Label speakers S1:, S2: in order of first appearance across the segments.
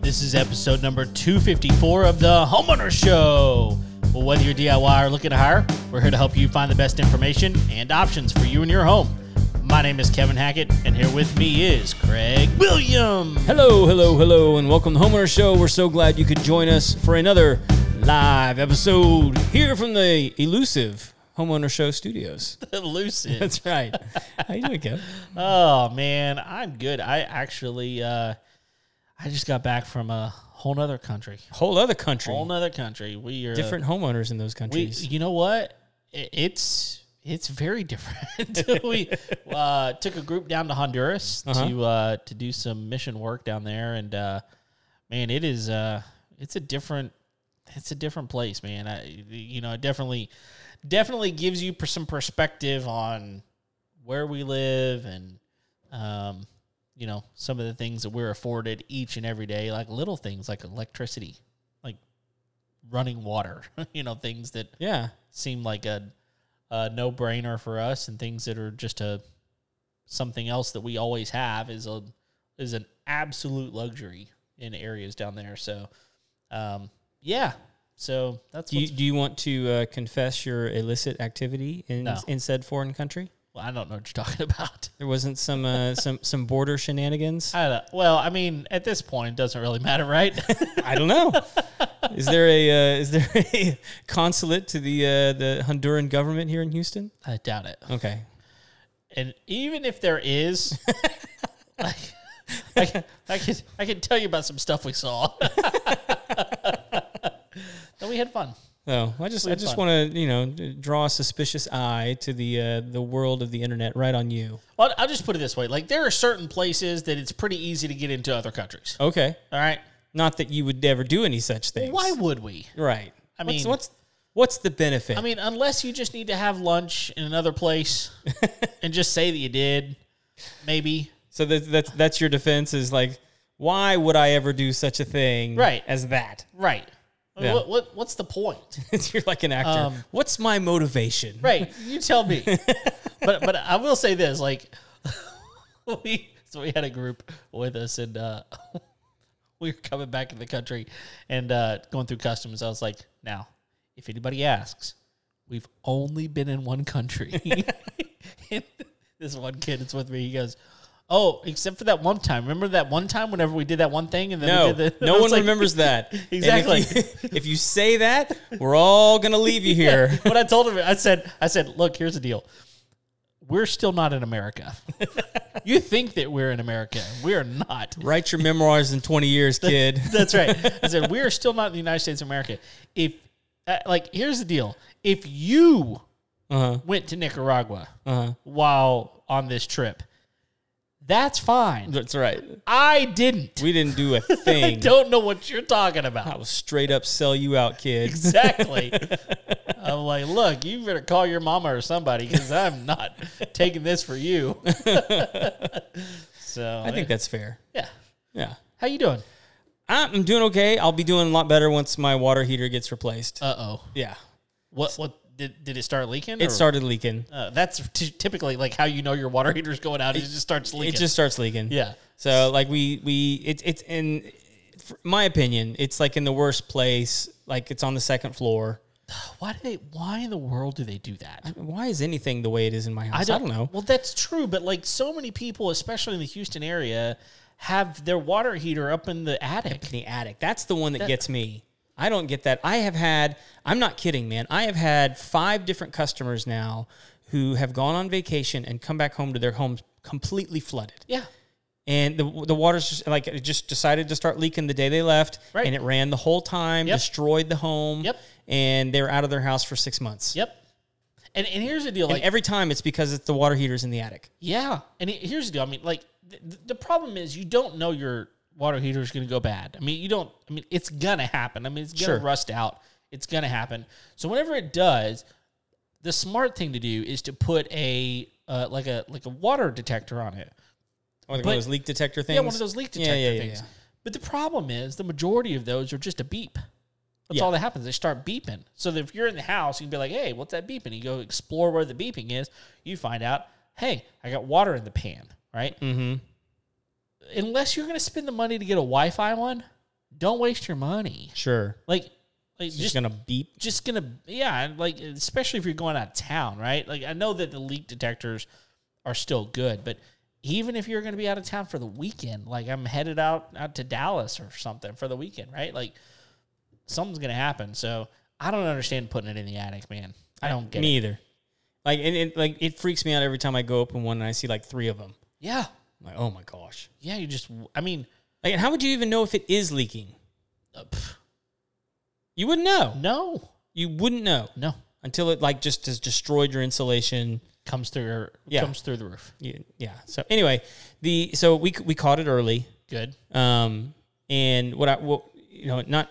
S1: This is episode number 254 of the Homeowner Show. Well, whether you're DIY or looking to hire, we're here to help you find the best information and options for you and your home. My name is Kevin Hackett, and here with me is Craig Williams.
S2: Hello, hello, hello, and welcome to Homeowner Show. We're so glad you could join us for another live episode here from the elusive Homeowner Show Studios.
S1: Elusive.
S2: That's right. How you doing, Kev?
S1: Oh man, I'm good. I actually, uh, I just got back from a whole nother country.
S2: Whole other country,
S1: Whole nother country. We are
S2: different homeowners in those
S1: We,
S2: countries.
S1: you know what? I- It's it's very different. we uh, took a group down to Honduras to uh, to do some mission work down there, and uh, man, it is uh, it's a different it's a different place, man. I you know it definitely definitely gives you per- some perspective on where we live and um, you know some of the things that we're afforded each and every day, like little things like electricity, like running water, you know things that
S2: yeah,
S1: seem like a, a no brainer for us, and things that are just a something else that we always have is a is an absolute luxury in areas down there. So, um, yeah. So that's
S2: do you,
S1: what's,
S2: do you want to uh, confess your illicit activity in
S1: No.
S2: in said foreign country?
S1: well, I don't know what you're talking about.
S2: There wasn't some uh, some some border shenanigans.
S1: I don't, well, I mean, at this point, it doesn't really matter, right?
S2: I don't know. Is there a uh, is there a consulate to the uh, the Honduran government here in Houston?
S1: I doubt it.
S2: Okay,
S1: And even if there is, like, I, can- I can I can tell you about some stuff we saw. Then we had fun.
S2: No, I just I
S1: had
S2: just
S1: fun.
S2: want to you know d- draw a suspicious eye to the uh, the world of the internet right on you.
S1: Well, I'll just put it this way: like there are certain places that it's pretty easy to get into other countries.
S2: Okay,
S1: All right,
S2: not that you would ever do any such things.
S1: why would we?
S2: Right. I
S1: mean-
S2: what's what's, what's the benefit?
S1: I mean, unless you just need to have lunch in another place and just say that you did, maybe.
S2: so that, that's that's your defense is like, why would I ever do such a thing?
S1: Right.
S2: As that,
S1: Right. I mean,
S2: Yeah.
S1: What, what what's the point?
S2: you're like an actor. what's my motivation?
S1: Um, Right. You tell me. but but I will say this, like we so we had a group with us and uh we were coming back in the country and uh going through customs. I was like, now, if anybody asks, we've only been in one country. And this one kid that's with me, he goes, Oh, except for that one time. Remember that one time whenever we did that one thing and then
S2: No,
S1: we did the, I
S2: no
S1: was
S2: one
S1: like-
S2: remembers that. And if
S1: Exactly.
S2: you- If you, say that, we're all gonna leave you here.
S1: But I told him, I said, I said, look, here's the deal. We're still not in America. you think that we're in America. We are not.
S2: Write your memoirs in 20 years, kid.
S1: That's right. I said, we are still not in the United States of America. If, uh, like, here's the deal. If you
S2: Uh-huh.
S1: went to Nicaragua while on this trip, that's fine.
S2: That's right.
S1: I didn't.
S2: We didn't do a
S1: I
S2: thing.
S1: don't know what you're talking about.
S2: I will straight up sell you out, kid.
S1: Exactly. I'm like, look, you better call your mama or somebody because I'm not taking this for you. so
S2: I think that's fair.
S1: yeah.
S2: Yeah.
S1: How you doing?
S2: I'm doing okay. I'll be doing a lot better once my water heater gets replaced.
S1: Uh oh.
S2: yeah.
S1: What what did did it start leaking? or-
S2: It started leaking.
S1: Uh, that's t- typically like how you know your water heater's going out. It, just starts leaking.
S2: It just starts leaking.
S1: yeah.
S2: So like we we it's it's in f- my opinion, it's like in the worst place. Like it's on the second floor.
S1: Why do they? Why in the world do they do that?
S2: Why is anything the way it is in my house? I don't, know.
S1: Well, that's true, but like so many people, especially in the Houston area, have their water heater up in the attic.
S2: the attic. That's the one that, gets me. I don't get that. I have had, I'm not kidding, man. I have had five different customers now who have gone on vacation and come back home to their homes completely flooded.
S1: Yeah.
S2: And the, the water's just like, it just decided to start leaking the day they left.
S1: Right.
S2: And it ran the whole time,
S1: Yep.
S2: destroyed the home.
S1: Yep.
S2: And they were out of their house for six months.
S1: Yep. And and here's the deal.
S2: And
S1: Like
S2: every time it's because it's the water heater's in the attic.
S1: Yeah, and it, here's the deal. I mean, like th- th- the problem is you don't know your water heater is going to go bad. I mean, you don't. I mean, it's gonna happen. I mean, it's gonna
S2: Sure.
S1: rust out. It's gonna happen. So whenever it does, the smart thing to do is to put a uh, like a like a water detector on it.
S2: Or one
S1: But-
S2: of those leak detector things.
S1: Yeah, one of those leak
S2: Yeah,
S1: detector
S2: yeah, yeah,
S1: things.
S2: yeah.
S1: But the problem is the majority of those are just a beep. That's
S2: Yeah.
S1: all that happens. They start beeping. So that if you're in the house, you can be like, hey, what's that beeping? You go explore where the beeping is. You find out, hey, I got water in the pan, right?
S2: Mm-hmm.
S1: Unless you're going to spend the money to get a Wi Fi one, don't waste your money.
S2: Sure.
S1: Like, like
S2: Just,
S1: just
S2: gonna beep.
S1: just gonna yeah and, like especially if you're going out of town right like i know that the leak detectors are still good but even if you're gonna be out of town for the weekend like i'm headed out out to dallas or something for the weekend right like something's gonna happen so i don't understand putting it in the attic man i don't get
S2: Me
S1: it
S2: either. Like and it, like it freaks me out every time I go open one and I see like three of them.
S1: yeah
S2: I'm like oh my gosh.
S1: yeah you just i mean
S2: Like and how would you even know if it is leaking?
S1: uh, pff,
S2: You wouldn't know.
S1: no
S2: You wouldn't know
S1: no
S2: until it like just has destroyed your insulation.
S1: comes through your,
S2: Yeah.
S1: comes through the roof
S2: Yeah. yeah. So anyway, the so we c- we caught it early.
S1: good
S2: Um, and what I, what, you know, not,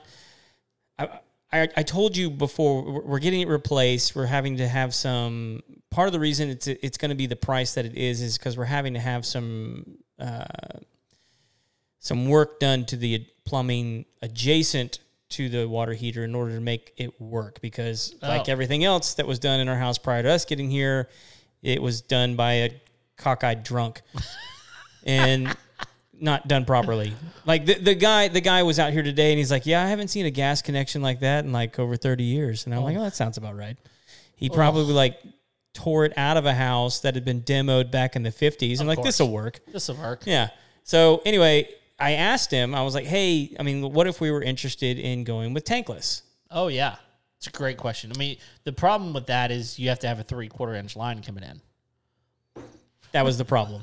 S2: I, I, I told you before we're we're getting it replaced. We're having to have some part of the reason it's it's going to be the price that it is is because we're having to have some uh, some work done to the plumbing adjacent to the water heater in order to make it work because like
S1: Oh.
S2: everything else that was done in our house prior to us getting here it was done by a cockeyed drunk and not done properly. Like the, the guy, the guy was out here today, and he's like, "Yeah, I haven't seen a gas connection like that in like over thirty years." And I'm like, "Oh, that sounds about right." He probably like tore it out of a house that had been demoed back in the fifties. I'm like, "This will work."
S1: this will work
S2: Yeah. So anyway, I asked him. I was like, "Hey, I mean, what if we were interested in going with tankless?"
S1: oh yeah it's a great question i mean the problem with that is you have to have a three quarter inch line coming in
S2: That was the problem.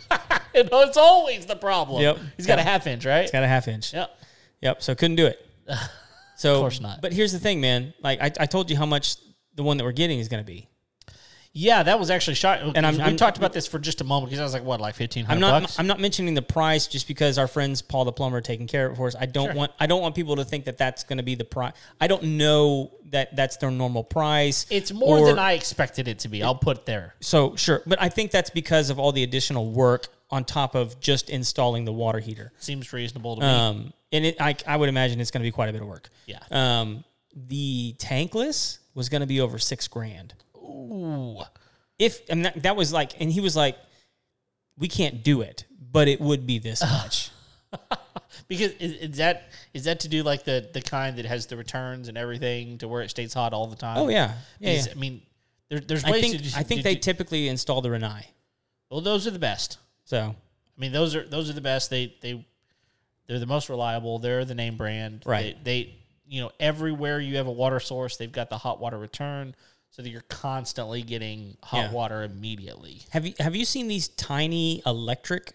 S1: You know, it's always the problem.
S2: Yep.
S1: He's got a half inch, right?
S2: Got a half inch.
S1: Yep.
S2: Yep. So couldn't do it. So of
S1: course not.
S2: But here's the thing, man. Like I, I told you how much the one that we're getting is going to be.
S1: Yeah, that was actually shot. And
S2: I'm-
S1: we
S2: I'm-
S1: talked about this for just a moment because I was like, what, like fifteen hundred
S2: I'm not.
S1: bucks?
S2: I'm not mentioning the price just because our friends Paul the plumber are taking care of it for us. I don't want. I don't want people to think that that's going to be the price. I don't know that that's their normal price.
S1: it's more
S2: or-
S1: than I expected it to be. I'll put it there.
S2: So sure, but I think that's because of all the additional work on top of just installing the water heater.
S1: Seems reasonable to me.
S2: Um, and it, I, I would imagine it's going to be quite a bit of work.
S1: Yeah.
S2: Um, the tankless was going to be over six grand.
S1: Ooh.
S2: if I mean, that, that was like, and he was like, we can't do it, but it would be this much.
S1: Because is, is that is that to do like the the kind that has the returns and everything to where it stays hot all the time?
S2: oh yeah, yeah.
S1: Because,
S2: yeah.
S1: I mean, there, there's ways
S2: I think
S1: to just-
S2: I think
S1: to
S2: they
S1: do-
S2: typically install the Renai.
S1: well, those are the best.
S2: So
S1: I mean, those are those are the best. They they they're the most reliable. They're the name brand.
S2: Right.
S1: They, they you know everywhere you have a water source, they've got the hot water return, so that you're constantly getting hot
S2: Yeah.
S1: water immediately.
S2: have you have you seen these tiny electric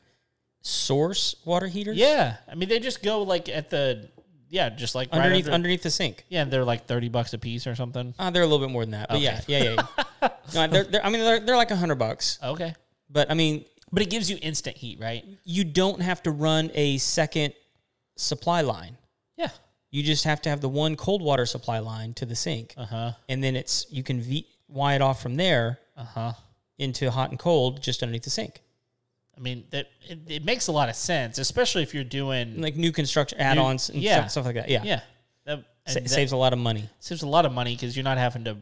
S2: source water heaters?
S1: Yeah, I mean they just go like at the yeah, just like right
S2: underneath
S1: under,
S2: underneath the sink.
S1: yeah, they're like thirty bucks a piece or something.
S2: Uh, they're a little bit more than that, but yeah, yeah, yeah. yeah. no, they're, they're, I mean, they're, they're like a hundred bucks,
S1: Okay,
S2: but I mean,
S1: but it gives you instant heat, right?
S2: you don't have to run a second supply line.
S1: Yeah.
S2: You just have to have the one cold water supply line to the sink.
S1: Uh huh.
S2: and then it's you can v, Y it off from there
S1: Uh huh.
S2: into hot and cold just underneath the sink.
S1: I mean that it, it makes a lot of sense, especially if you're doing
S2: And like new construction add-ons and
S1: yeah.
S2: stuff, stuff like that. Yeah,
S1: yeah. That,
S2: Sa-
S1: and that-
S2: saves a lot of money.
S1: saves a lot of money because you're not having to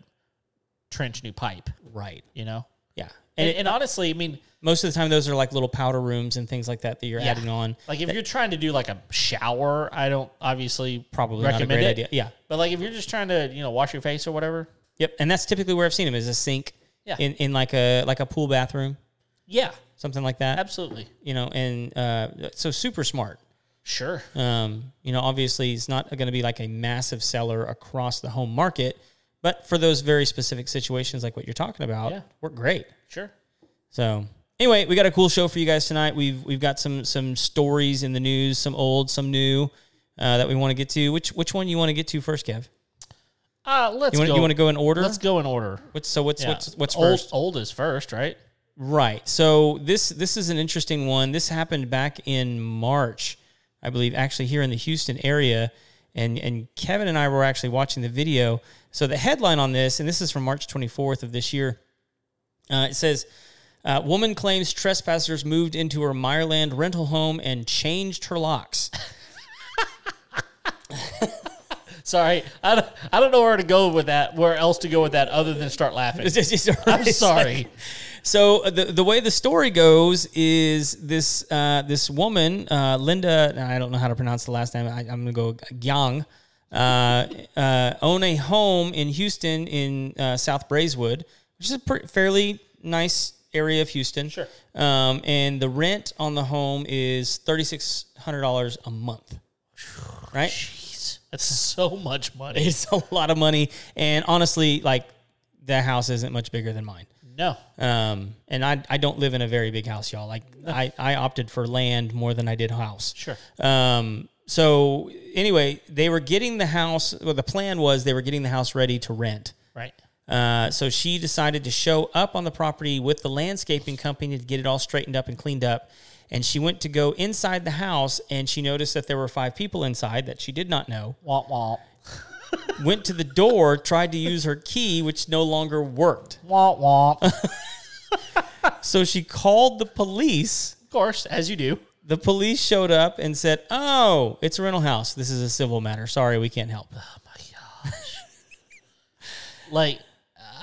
S1: trench new pipe,
S2: Right.
S1: you know.
S2: Yeah,
S1: And,
S2: and it,
S1: and honestly, I mean,
S2: most of the time those are like little powder rooms and things like that that you're
S1: Yeah.
S2: adding on.
S1: like if you're trying to do like a shower, I don't obviously
S2: Probably not a
S1: recommend
S2: great
S1: it.
S2: idea. Yeah.
S1: But like if you're just trying to you know wash your face or whatever,
S2: Yep, and that's typically where I've seen them is a sink
S1: Yeah.
S2: in in like a like a pool bathroom,
S1: yeah,
S2: something like that.
S1: absolutely,
S2: You know, and uh, so super smart.
S1: sure,
S2: Um, you know, obviously, it's not going to be like a massive seller across the home market, but for those very specific situations, like what you're talking about,
S1: Yeah.
S2: work great.
S1: sure.
S2: So, anyway, we got a cool show for you guys tonight. We've we've got some some stories in the news, some old, some new, uh, that we want to get to. Which which one you want to get to first, Kev?
S1: Uh, let's
S2: You want
S1: go.
S2: you want to go in order?
S1: Let's go in order.
S2: what's so what's
S1: Yeah.
S2: what's what's
S1: old,
S2: first?
S1: Old is first, right?
S2: Right. So this this is an interesting one. This happened back in March, I believe, actually here in the Houston area. And and Kevin and I were actually watching the video. So the headline on this, and this is from March 24th of this year, uh, it says, uh, "Woman claims trespassers moved into her Meyerland rental home and changed her locks."
S1: Sorry, I don't, I don't know where to go with that. Where else to go with that other than start laughing?
S2: It's- it's- it's-
S1: I'm
S2: it's
S1: sorry.
S2: like- so uh, the the way the story goes is this uh, this woman uh, Linda and I don't know how to pronounce the last name. I, I'm gonna go Yang. Uh, uh, own a home in Houston in uh, South Brazewood, which is a pretty, fairly nice area of Houston. Sure. Um, and the rent on the home is thirty six hundred dollars a month. Right.
S1: Jeez, that's so much money.
S2: It's a lot of money, and honestly, like the house isn't much bigger than mine.
S1: No,
S2: Um, and I, I don't live in a very big house, y'all. Like I, I opted for land more than I did house.
S1: Sure.
S2: Um, so anyway, they were getting the house. Well, the plan was they were getting the house ready to rent.
S1: right?
S2: Uh, so she decided to show up on the property with the landscaping company to get it all straightened up and cleaned up. And she went to go inside the house, and she noticed that there were five people inside that she did not know
S1: Womp womp
S2: went to the door, tried to use her key, which no longer worked.
S1: womp womp. of
S2: So she called the police.
S1: course, as you do.
S2: The police showed up and said, Oh, it's a rental house. This is a civil matter. Sorry, we can't help.
S1: Like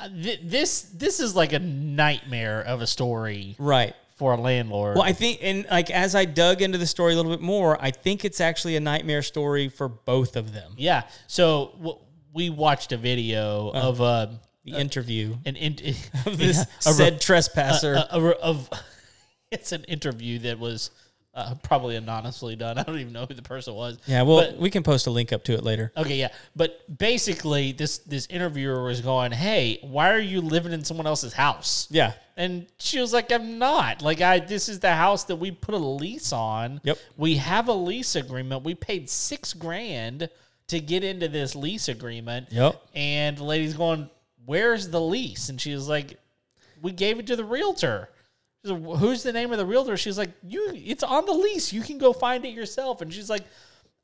S1: uh, th- this, this is like a nightmare of a story
S2: Right.
S1: for a landlord.
S2: Well, I think, and like as I dug into the story a little bit more, I think it's actually a nightmare story for both of them.
S1: yeah. So w- we watched a video of um,
S2: The interview
S1: an in-
S2: Uh-huh. of this
S1: a re-
S2: said trespasser.
S1: a- a- of it's an interview that was uh, probably anonymously done. I don't even know who the person was.
S2: yeah, well,
S1: but- Uh,
S2: we can post a link up to it later.
S1: Okay, yeah, but basically, this this interviewer was going, "Hey, why are you living in someone else's house?"
S2: Yeah.
S1: And she was like, "I'm not. Like, I this is the house that we put a lease on.
S2: Yep.
S1: we have a lease agreement. We paid six grand to get into this lease agreement.
S2: Yep.
S1: And the lady's going, "Where's the lease?" And she was like, "We gave it to the realtor." She's like, Who's the name of the realtor? She's like, "You. It's on the lease. You can go find it yourself." And she's like.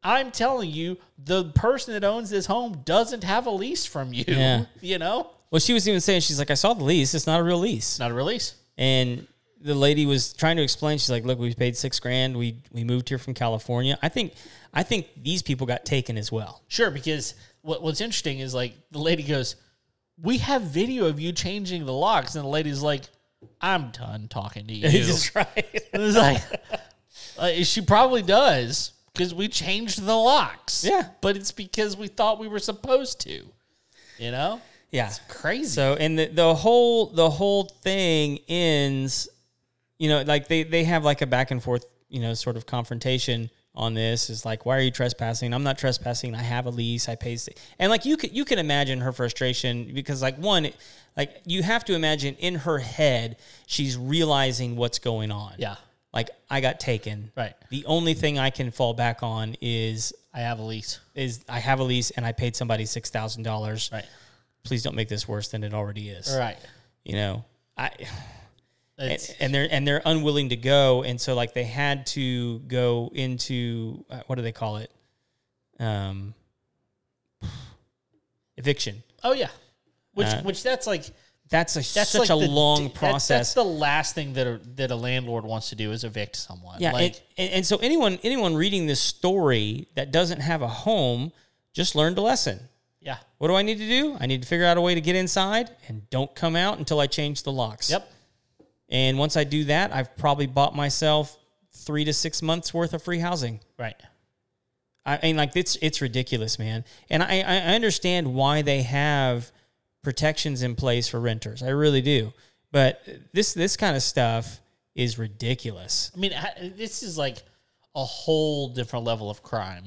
S1: I'm telling you, the person that owns this home doesn't have a lease from you.
S2: Yeah.
S1: You know,
S2: Well, she was even saying, She's like, I saw the lease. It's not a real lease.
S1: it's not a release.
S2: and the lady was trying to explain she's like look we paid six grand we we moved here from california i think i think these people got taken as well
S1: Sure, because what, what's interesting is like the lady goes, "We have video of you changing the locks," and the lady's like, "I'm done talking to you."
S2: That's right
S1: it was like, uh, she probably does because we changed the locks.
S2: Yeah.
S1: but it's because we thought we were supposed to. You know,
S2: yeah
S1: crazy.
S2: so and the, the whole the whole thing ends you know like they they have like a back and forth you know sort of confrontation on this is like why are you trespassing i'm not trespassing i have a lease i pay s- and like you could you can imagine her frustration because like one like you have to imagine in her head she's realizing what's going on
S1: yeah,
S2: like I got taken.
S1: Right.
S2: The only thing I can fall back on is
S1: I have a lease.
S2: is I have a lease and I paid somebody six thousand dollars.
S1: Right,
S2: Please don't make this worse than it already is.
S1: all right.
S2: You know, I
S1: It's-
S2: and, and they're and they're unwilling to go, and so like they had to go into uh, what do they call it? Um, eviction.
S1: oh yeah, which
S2: Uh,
S1: which that's like.
S2: That's a
S1: that's
S2: such
S1: like
S2: a
S1: the-
S2: long
S1: that-
S2: process.
S1: that's the last thing that a, that a landlord wants to do is evict someone.
S2: Yeah,
S1: like
S2: and, and, and so anyone anyone reading this story that doesn't have a home just learned a lesson.
S1: yeah,
S2: What do I need to do? I need to figure out a way to get inside and don't come out until I change the locks.
S1: yep,
S2: And once I do that, I've probably bought myself three to six months worth of free housing.
S1: right,
S2: I mean, like it's it's ridiculous, man. And I I I understand why they have protections in place for renters. I really do. But this this kind of stuff is ridiculous.
S1: I mean, I, this is like a whole different level of crime,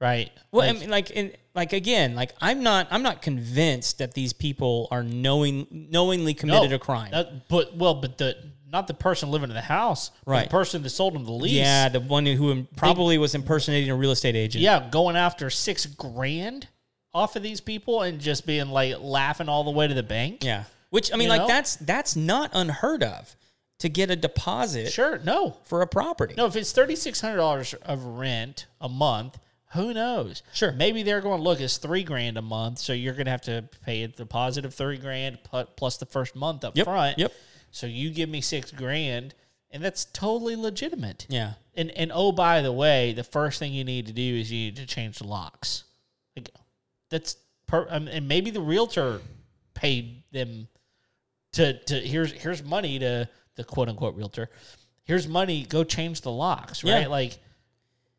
S1: right?
S2: Well,
S1: Like,
S2: I mean, like, in, like again, like I'm not, I'm not convinced that these people are knowing, knowingly committed
S1: no,
S2: a crime.
S1: that- but well, but the not the person living in the house, but
S2: Right.
S1: The person that sold him the lease,
S2: Yeah, the one who im- probably was impersonating a real estate agent.
S1: yeah, going after six grand off of these people and just being like laughing all the way to the bank.
S2: yeah. Which I mean,
S1: You
S2: like
S1: know?
S2: that's that's not unheard of to get a deposit
S1: sure, no,
S2: for a property.
S1: No, if it's thirty six hundred dollars of rent a month, who knows?
S2: Sure.
S1: maybe they're going. Look, it's three grand a month, so you're going to have to pay a deposit of three grand pu- plus the first month up
S2: Yep,
S1: front.
S2: yep.
S1: So you give me six grand, and that's totally legitimate.
S2: Yeah.
S1: And and oh by the way, the first thing you need to do is you need to change the locks. Like, That's per, um, and maybe the realtor paid them to to here's here's money to the quote unquote realtor. Here's money. Go change the locks, right?
S2: Yeah.
S1: Like,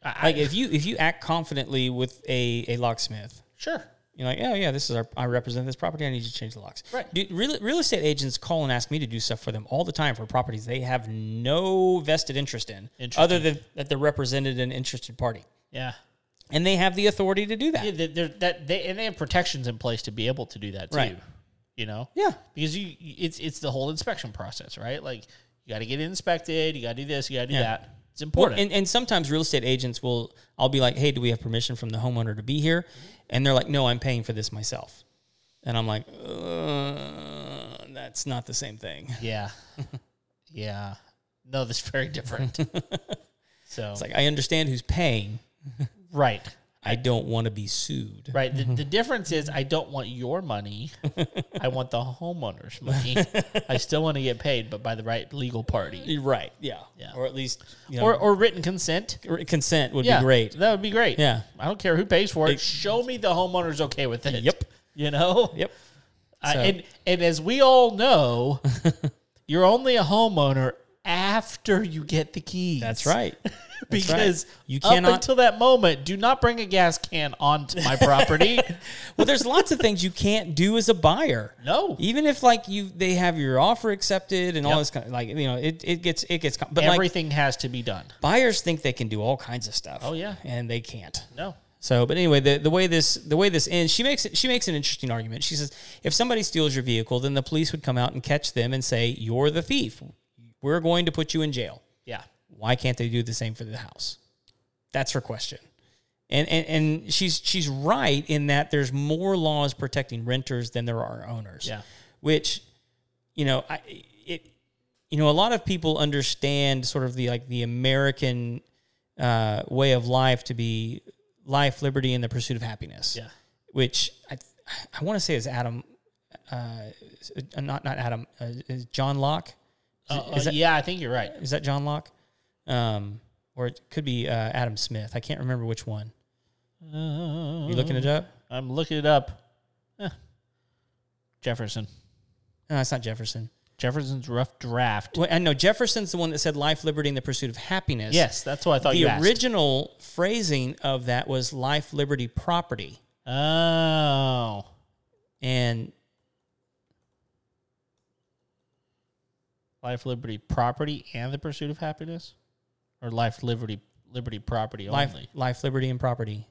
S1: I,
S2: Like
S1: I,
S2: if you if you act confidently with a a locksmith,
S1: sure,
S2: you're like, oh yeah, this is our I represent this property. I need you to change the locks.
S1: Right.
S2: Dude, real real estate agents call and ask me to do stuff for them all the time for properties they have no vested interest in,
S1: Interesting.
S2: other than that they're represented an interested party,
S1: yeah.
S2: and they have the authority to do that.
S1: Yeah, they- they're, that they and they have protections in place to be able to do that too.
S2: Right.
S1: You know,
S2: Yeah.
S1: because you you- it's it's the whole inspection process, right? Like you got to get inspected, you got to do this, you got to do
S2: Yeah.
S1: that. It's important.
S2: And, and sometimes real estate agents will, I'll be like, hey, do we have permission from the homeowner to be here? And they're like, no, I'm paying for this myself. And I'm like, uh, that's not the same thing.
S1: yeah, yeah. No, that's very different. so
S2: It's like, I understand who's paying.
S1: right,
S2: I don't want to be sued.
S1: right. The, the difference is I don't want your money. I want the homeowner's money. I still want to get paid, but by the right legal party
S2: You're Right. Yeah.
S1: Yeah.
S2: Or at least you know,
S1: or or written consent.
S2: or consent would
S1: Yeah,
S2: be great.
S1: That would be great.
S2: Yeah.
S1: I don't care who pays for it. Show me the homeowner's okay with it.
S2: Yep.
S1: You know.
S2: Yep.
S1: I-
S2: So-
S1: Uh, and and as we all know, you're only a homeowner after you get the keys.
S2: That's right. That's right.
S1: Because
S2: you
S1: up
S2: cannot
S1: until that moment, do not bring a gas can onto my property.
S2: Well, there's lots of things you can't do as a buyer.
S1: No.
S2: Even if like you they have your offer accepted and all
S1: Yep.
S2: this kind of like you know, it, it gets it gets com- but like
S1: Everything has to be done.
S2: buyers think they can do all kinds of stuff.
S1: Oh, yeah.
S2: And they can't.
S1: No.
S2: So, but anyway, the, the way this the way this ends, she makes she makes an interesting argument. She says, if somebody steals your vehicle, then the police would come out and catch them and say, "You're the thief. We're going to put you in jail."
S1: Yeah.
S2: why can't they do the same for the house? That's her question. And, and, and she's she's right in that there's more laws protecting renters than there are owners.
S1: Yeah.
S2: Which, you know, I it you know, a lot of people understand sort of the like the American uh, way of life to be life, liberty, and the pursuit of happiness.
S1: Yeah.
S2: Which I I want to say is Adam uh, not not Adam, uh, is John Locke.
S1: Uh,
S2: is
S1: uh, yeah, I think you're right.
S2: Is that John Locke? Um, or it could be uh, Adam Smith. I can't remember which one. You looking it up?
S1: Uh, I'm looking it up. Eh. Jefferson.
S2: No, it's not Jefferson.
S1: Jefferson's rough draft.
S2: Well, I know Jefferson's the one that said life, liberty, and the pursuit of happiness.
S1: Yes, that's what I thought
S2: The
S1: you asked.
S2: original phrasing of that was life, liberty, property.
S1: oh.
S2: And
S1: Life, liberty, property, and the pursuit of happiness, or life, liberty, liberty, property
S2: life,
S1: only.
S2: life, liberty, and property.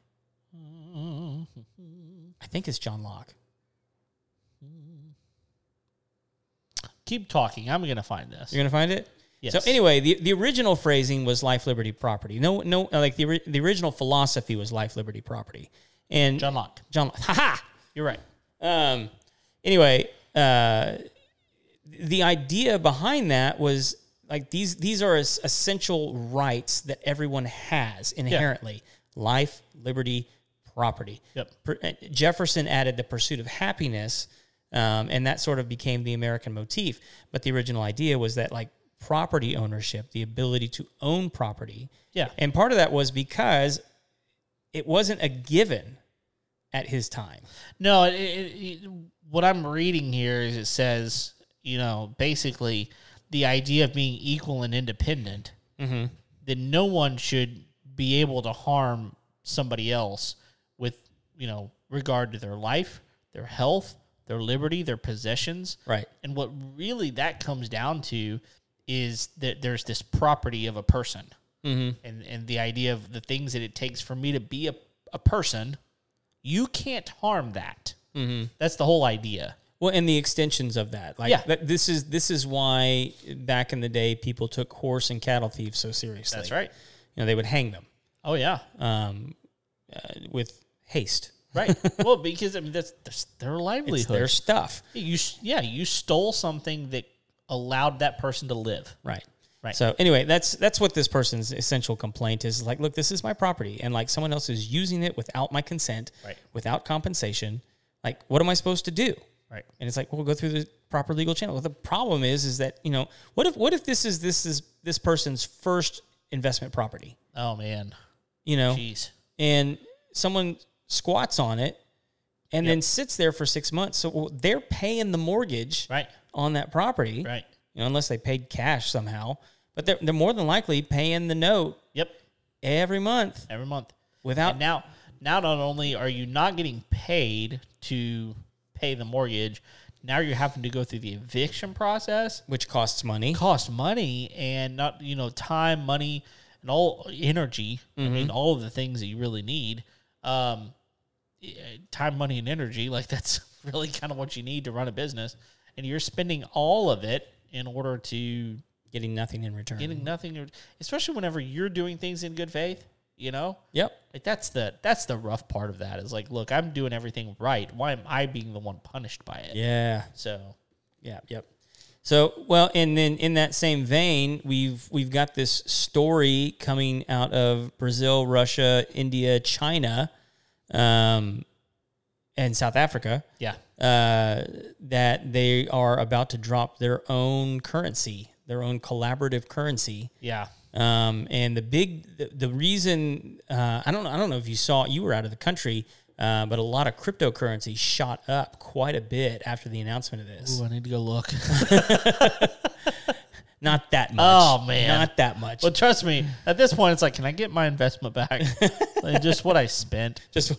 S2: I think it's John Locke.
S1: Keep talking. I'm gonna find this.
S2: You're gonna find it.
S1: Yes.
S2: So anyway, the, the original phrasing was life, liberty, property. No, no, like the ori- the original philosophy was life, liberty, property. And
S1: John Locke.
S2: John, Locke- ha
S1: You're right.
S2: ha. Um, anyway, uh, the idea behind that was like these these are es- essential rights that everyone has inherently: life, liberty, property.
S1: Yep.
S2: Per- uh, Jefferson added the pursuit of happiness, um, and that sort of became the American motif. But the original idea was that like property ownership, the ability to own property,
S1: Yeah.
S2: and part of that was because it wasn't a given at his time.
S1: No, it, it, it, what I'm reading here is it says, you know, basically the idea of being equal and independent, that no one should be able to harm somebody else with, you know, regard to their life, their health, their liberty, their possessions.
S2: Right.
S1: And what really that comes down to is that there's this property of a person. Mm-hmm. And, and the idea of the things that it takes for me to be a, a person, you can't harm that. Mm-hmm. That's the whole idea.
S2: Well, and the extensions of that, like
S1: Yeah.
S2: that, this is this is why back in the day people took horse and cattle thieves so seriously.
S1: right.
S2: You know, they would hang them
S1: Oh, yeah.
S2: um, uh, with haste.
S1: Right. well, because I mean, that's, that's their livelihood.
S2: It's their stuff,
S1: you, s- yeah, you stole something that allowed that person to live.
S2: right?
S1: Right.
S2: So anyway, that's that's what this person's essential complaint is. Like, look, this is my property, and like someone else is using it without my consent,
S1: Right.
S2: without compensation. Like, what am I supposed to do?
S1: Right.
S2: and it's like we'll go through the proper legal channel. Well, the problem is, is that you know, what if what if this is this is this person's first investment property,
S1: Oh, man.
S2: you know,
S1: Jeez.
S2: and someone squats on it and then sits there for six months. So well, they're paying the mortgage
S1: Right.
S2: on that property,
S1: Right.
S2: You know, unless they paid cash somehow, but they're, they're more than likely paying the note
S1: Yep.
S2: every month
S1: Every month.
S2: without
S1: And now, now not only are you not getting paid to pay the mortgage, now you're having to go through the eviction process.
S2: which costs money.
S1: costs money and not you know time, money, and all energy. I mean, all of the things that you really need. Um, eh, time, money, and energy. Like that's really kind of what you need to run a business, and you're spending all of it in order to
S2: getting nothing in return.
S1: getting nothing. Especially whenever you're doing things in good faith. You know,
S2: yep.
S1: like that's the that's the rough part of that. Is like, look, I'm doing everything right. Why am I being the one punished by it?
S2: Yeah.
S1: So
S2: Yeah. Yep. So well, and then in that same vein, we've we've got this story coming out of Brazil, Russia, India, China, um, and South Africa
S1: yeah,
S2: uh, that they are about to drop their own currency, their own collaborative currency.
S1: yeah,
S2: Um, and the big, the, the reason uh, I don't know, I don't know if you saw, you were out of the country, uh, but a lot of cryptocurrency shot up quite a bit after the announcement of this.
S1: I need to go look.
S2: Not that much.
S1: Oh, man.
S2: not that much.
S1: Well, trust me. At this point, it's like, can I get my investment back? like, just what I spent?
S2: Just,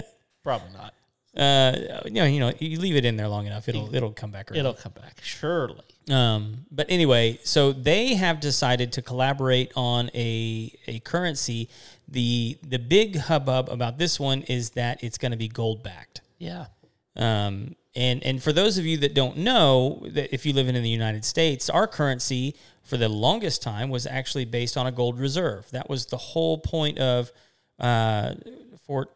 S1: Probably not.
S2: uh, you know, you know, you leave it in there long enough, it'll it'll come back. Around.
S1: It'll come back surely.
S2: Um, but anyway, so they have decided to collaborate on a a currency. The the big hubbub about this one is that it's going to be gold backed.
S1: Yeah.
S2: Um, and and for those of you that don't know, that if you live in the United States, our currency for the longest time was actually based on a gold reserve. That was the whole point of uh, Fort.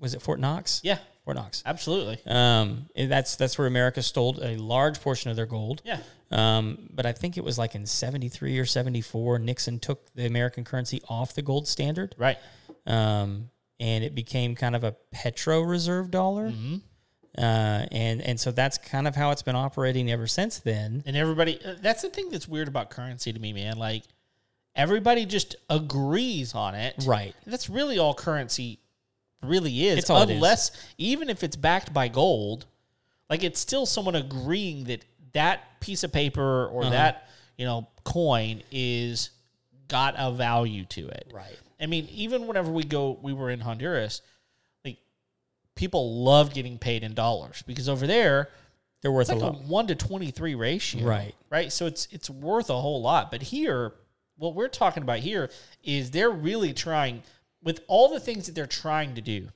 S2: Was it Fort Knox?
S1: Yeah.
S2: Fort Knox.
S1: Absolutely.
S2: Um, and that's that's where America stole a large portion of their gold.
S1: Yeah.
S2: Um, but I think it was like in '73 or '74, Nixon took the American currency off the gold standard
S1: Right.
S2: um, and it became kind of a petro reserve dollar.
S1: Mm-hmm.
S2: Uh, and and so that's kind of how it's been operating ever since then.
S1: And everybody. uh, That's the thing that's weird about currency to me, man. Like, everybody just agrees on it.
S2: Right.
S1: That's really all currency really is.
S2: It's all it is.
S1: unless even if it's backed by gold, like it's still someone agreeing that that piece of paper
S2: Uh-huh.
S1: or that, you know, coin is got a value to it.
S2: Right.
S1: I mean, even whenever we go we were in Honduras, like people love getting paid in dollars because over there
S2: They're worth
S1: it's like
S2: a
S1: a
S2: lot.
S1: one to twenty three ratio.
S2: Right.
S1: Right. So it's it's worth a whole lot. But here, what we're talking about here is they're really trying with all the things that they're trying to do,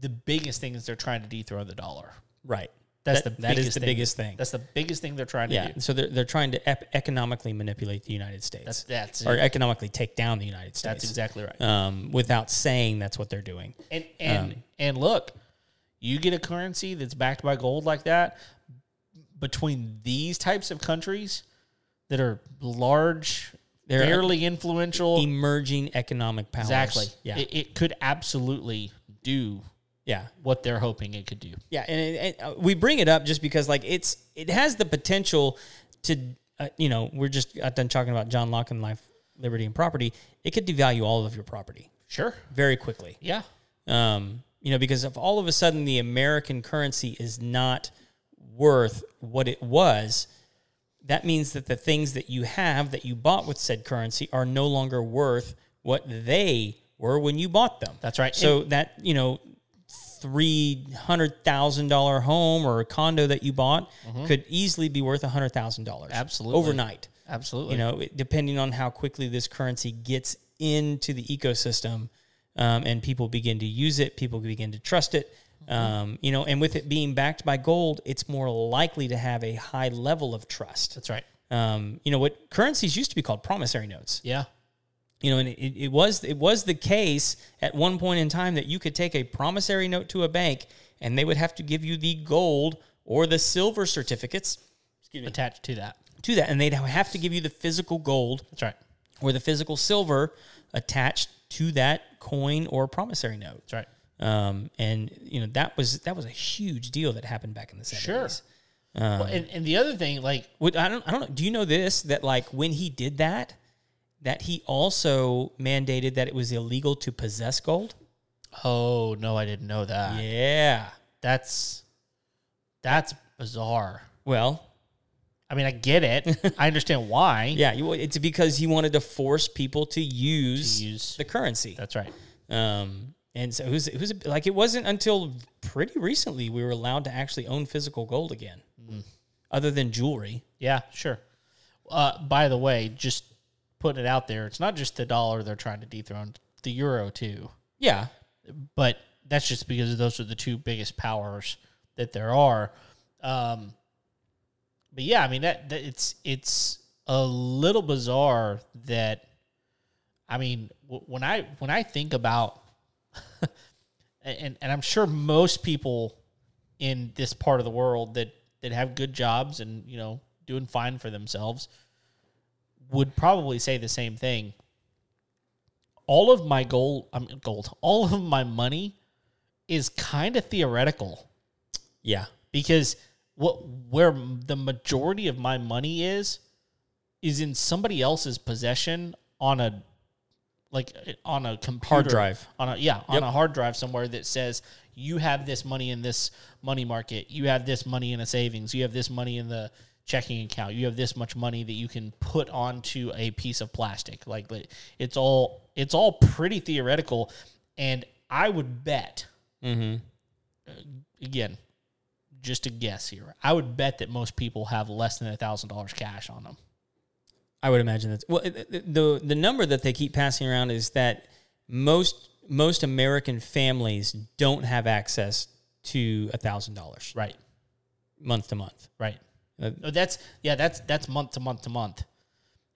S1: the biggest thing is they're trying to dethrone the dollar.
S2: Right.
S1: That's
S2: That-
S1: the
S2: that is
S1: biggest
S2: the
S1: thing.
S2: biggest thing.
S1: That's the biggest thing they're trying to
S2: yeah.
S1: do.
S2: So they're, they're trying to ep- economically manipulate the United States.
S1: That's it.
S2: or economically take down the United States.
S1: That's exactly right.
S2: Um, without saying that's what they're doing.
S1: And and
S2: Um,
S1: and look, you get a currency that's backed by gold like that between these types of countries that are large,
S2: They're
S1: fairly influential.
S2: Emerging economic powers.
S1: Exactly.
S2: Yeah.
S1: It, it could absolutely do
S2: yeah.
S1: what they're hoping it could do.
S2: Yeah, and, it, it, uh, we bring it up just because like it's it has the potential to uh, you know we're just got done talking about John Locke and life, liberty, and property. It could devalue all of your property
S1: Sure.
S2: very quickly.
S1: Yeah.
S2: Um, you know because if all of a sudden the American currency is not worth what it was, that means that the things that you have that you bought with said currency are no longer worth what they were when you bought them.
S1: That's right.
S2: So that you know, three hundred thousand dollar home or a condo that you bought could easily be worth hundred thousand dollars.
S1: Mm-hmm. Absolutely.
S2: overnight.
S1: absolutely.
S2: You know, it- depending on how quickly this currency gets into the ecosystem, um, and people begin to use it, people begin to trust it.
S1: Mm-hmm.
S2: Um, you know, and with it being backed by gold, it's more likely to have a high level of trust.
S1: That's right.
S2: Um, you know, what currencies used to be called promissory notes
S1: Yeah.
S2: you know, and it, it was it was the case at one point in time that you could take a promissory note to a bank and they would have to give you the gold or the silver certificates
S1: Attached to that.
S2: to that, and they'd have to give you the physical gold
S1: That's right.
S2: or the physical silver attached to that coin or promissory note.
S1: That's right.
S2: Um, and you know that was that was a huge deal that happened back in the
S1: Sure.
S2: seventies.
S1: well, and, and the other thing, like,
S2: Would, I don't I don't know. Do you know this that like when he did that, that he also mandated that it was illegal to possess gold.
S1: Oh no, I didn't know that.
S2: Yeah.
S1: That's that's bizarre.
S2: Well,
S1: I mean, I get it. I understand why.
S2: yeah, you- it's because he wanted to force people to use,
S1: use-
S2: the currency.
S1: That's right.
S2: Um, and so it was, it was a- like it wasn't until pretty recently we were allowed to actually own physical gold again, other than jewelry.
S1: Yeah, sure. Uh, by the way, just putting it out there, it's not just the dollar they're trying to dethrone, the euro too.
S2: Yeah,
S1: But that's just because those are the two biggest powers that there are. Um, but yeah, I mean that, that it's it's a little bizarre that I mean w- when I when I think about and and I'm sure most people in this part of the world that that have good jobs and you know doing fine for themselves would probably say the same thing. All of my gold, I mean, gold, all of my money is kind of theoretical
S2: yeah,
S1: because what where the majority of my money is is in somebody else's possession on a like on a computer
S2: drive.
S1: on a yeah on a hard drive somewhere that says you have this money in this money market you have this money in a savings you have this money in the checking account you have this much money that you can put onto a piece of plastic like li- it's all it's all pretty theoretical and i would bet again just a guess here i would bet that most people have less than a thousand dollars cash on them
S2: I would imagine that's well. it- it- the The number that they keep passing around is that most most American families don't have access to a thousand dollars
S1: right
S2: month to month.
S1: Right.
S2: Uh,
S1: No, that's yeah, that's that's month to month to month.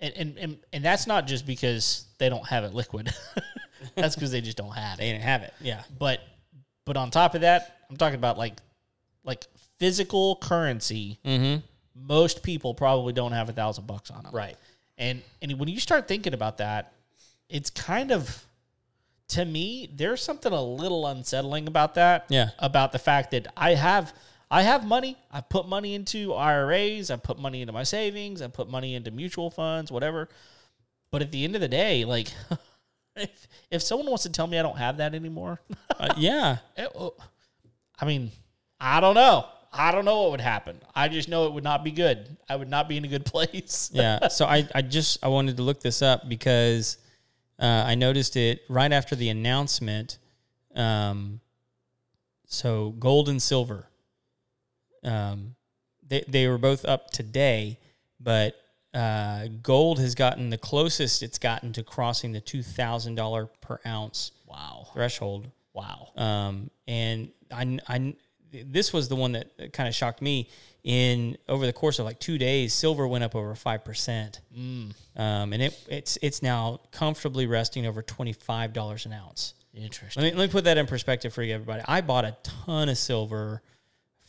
S1: And and and, and that's not just because they don't have it liquid. that's because they just don't have
S2: They
S1: it.
S2: didn't have it. Yeah,
S1: But but on top of that, I'm talking about like like physical currency. Most people probably don't have a thousand bucks on them.
S2: Mm-hmm. Right.
S1: And and when you start thinking about that, it's kind of to me there's something a little unsettling about that
S2: Yeah.
S1: about the fact that i have i have money i put money into iras i put money into my savings i put money into mutual funds whatever but at the end of the day like if, if someone wants to tell me i don't have that anymore
S2: Uh, yeah.
S1: it- oh, i mean i don't know i don't know what would happen i just know it would not be good i would not be in a good place
S2: yeah. So I, I just I wanted to look this up because uh, I noticed it right after the announcement. Um, so gold and silver, um, they they were both up today, but uh, gold has gotten the closest it's gotten to crossing the two thousand dollar per ounce
S1: wow
S2: threshold.
S1: wow
S2: Um, and I, I, this was the one that kind of shocked me. In over the course of like two days, silver went up over five percent,
S1: Mm.
S2: um, and it, it's it's now comfortably resting over twenty five dollars an ounce.
S1: interesting
S2: Let me let me put that in perspective for you, everybody. I bought a ton of silver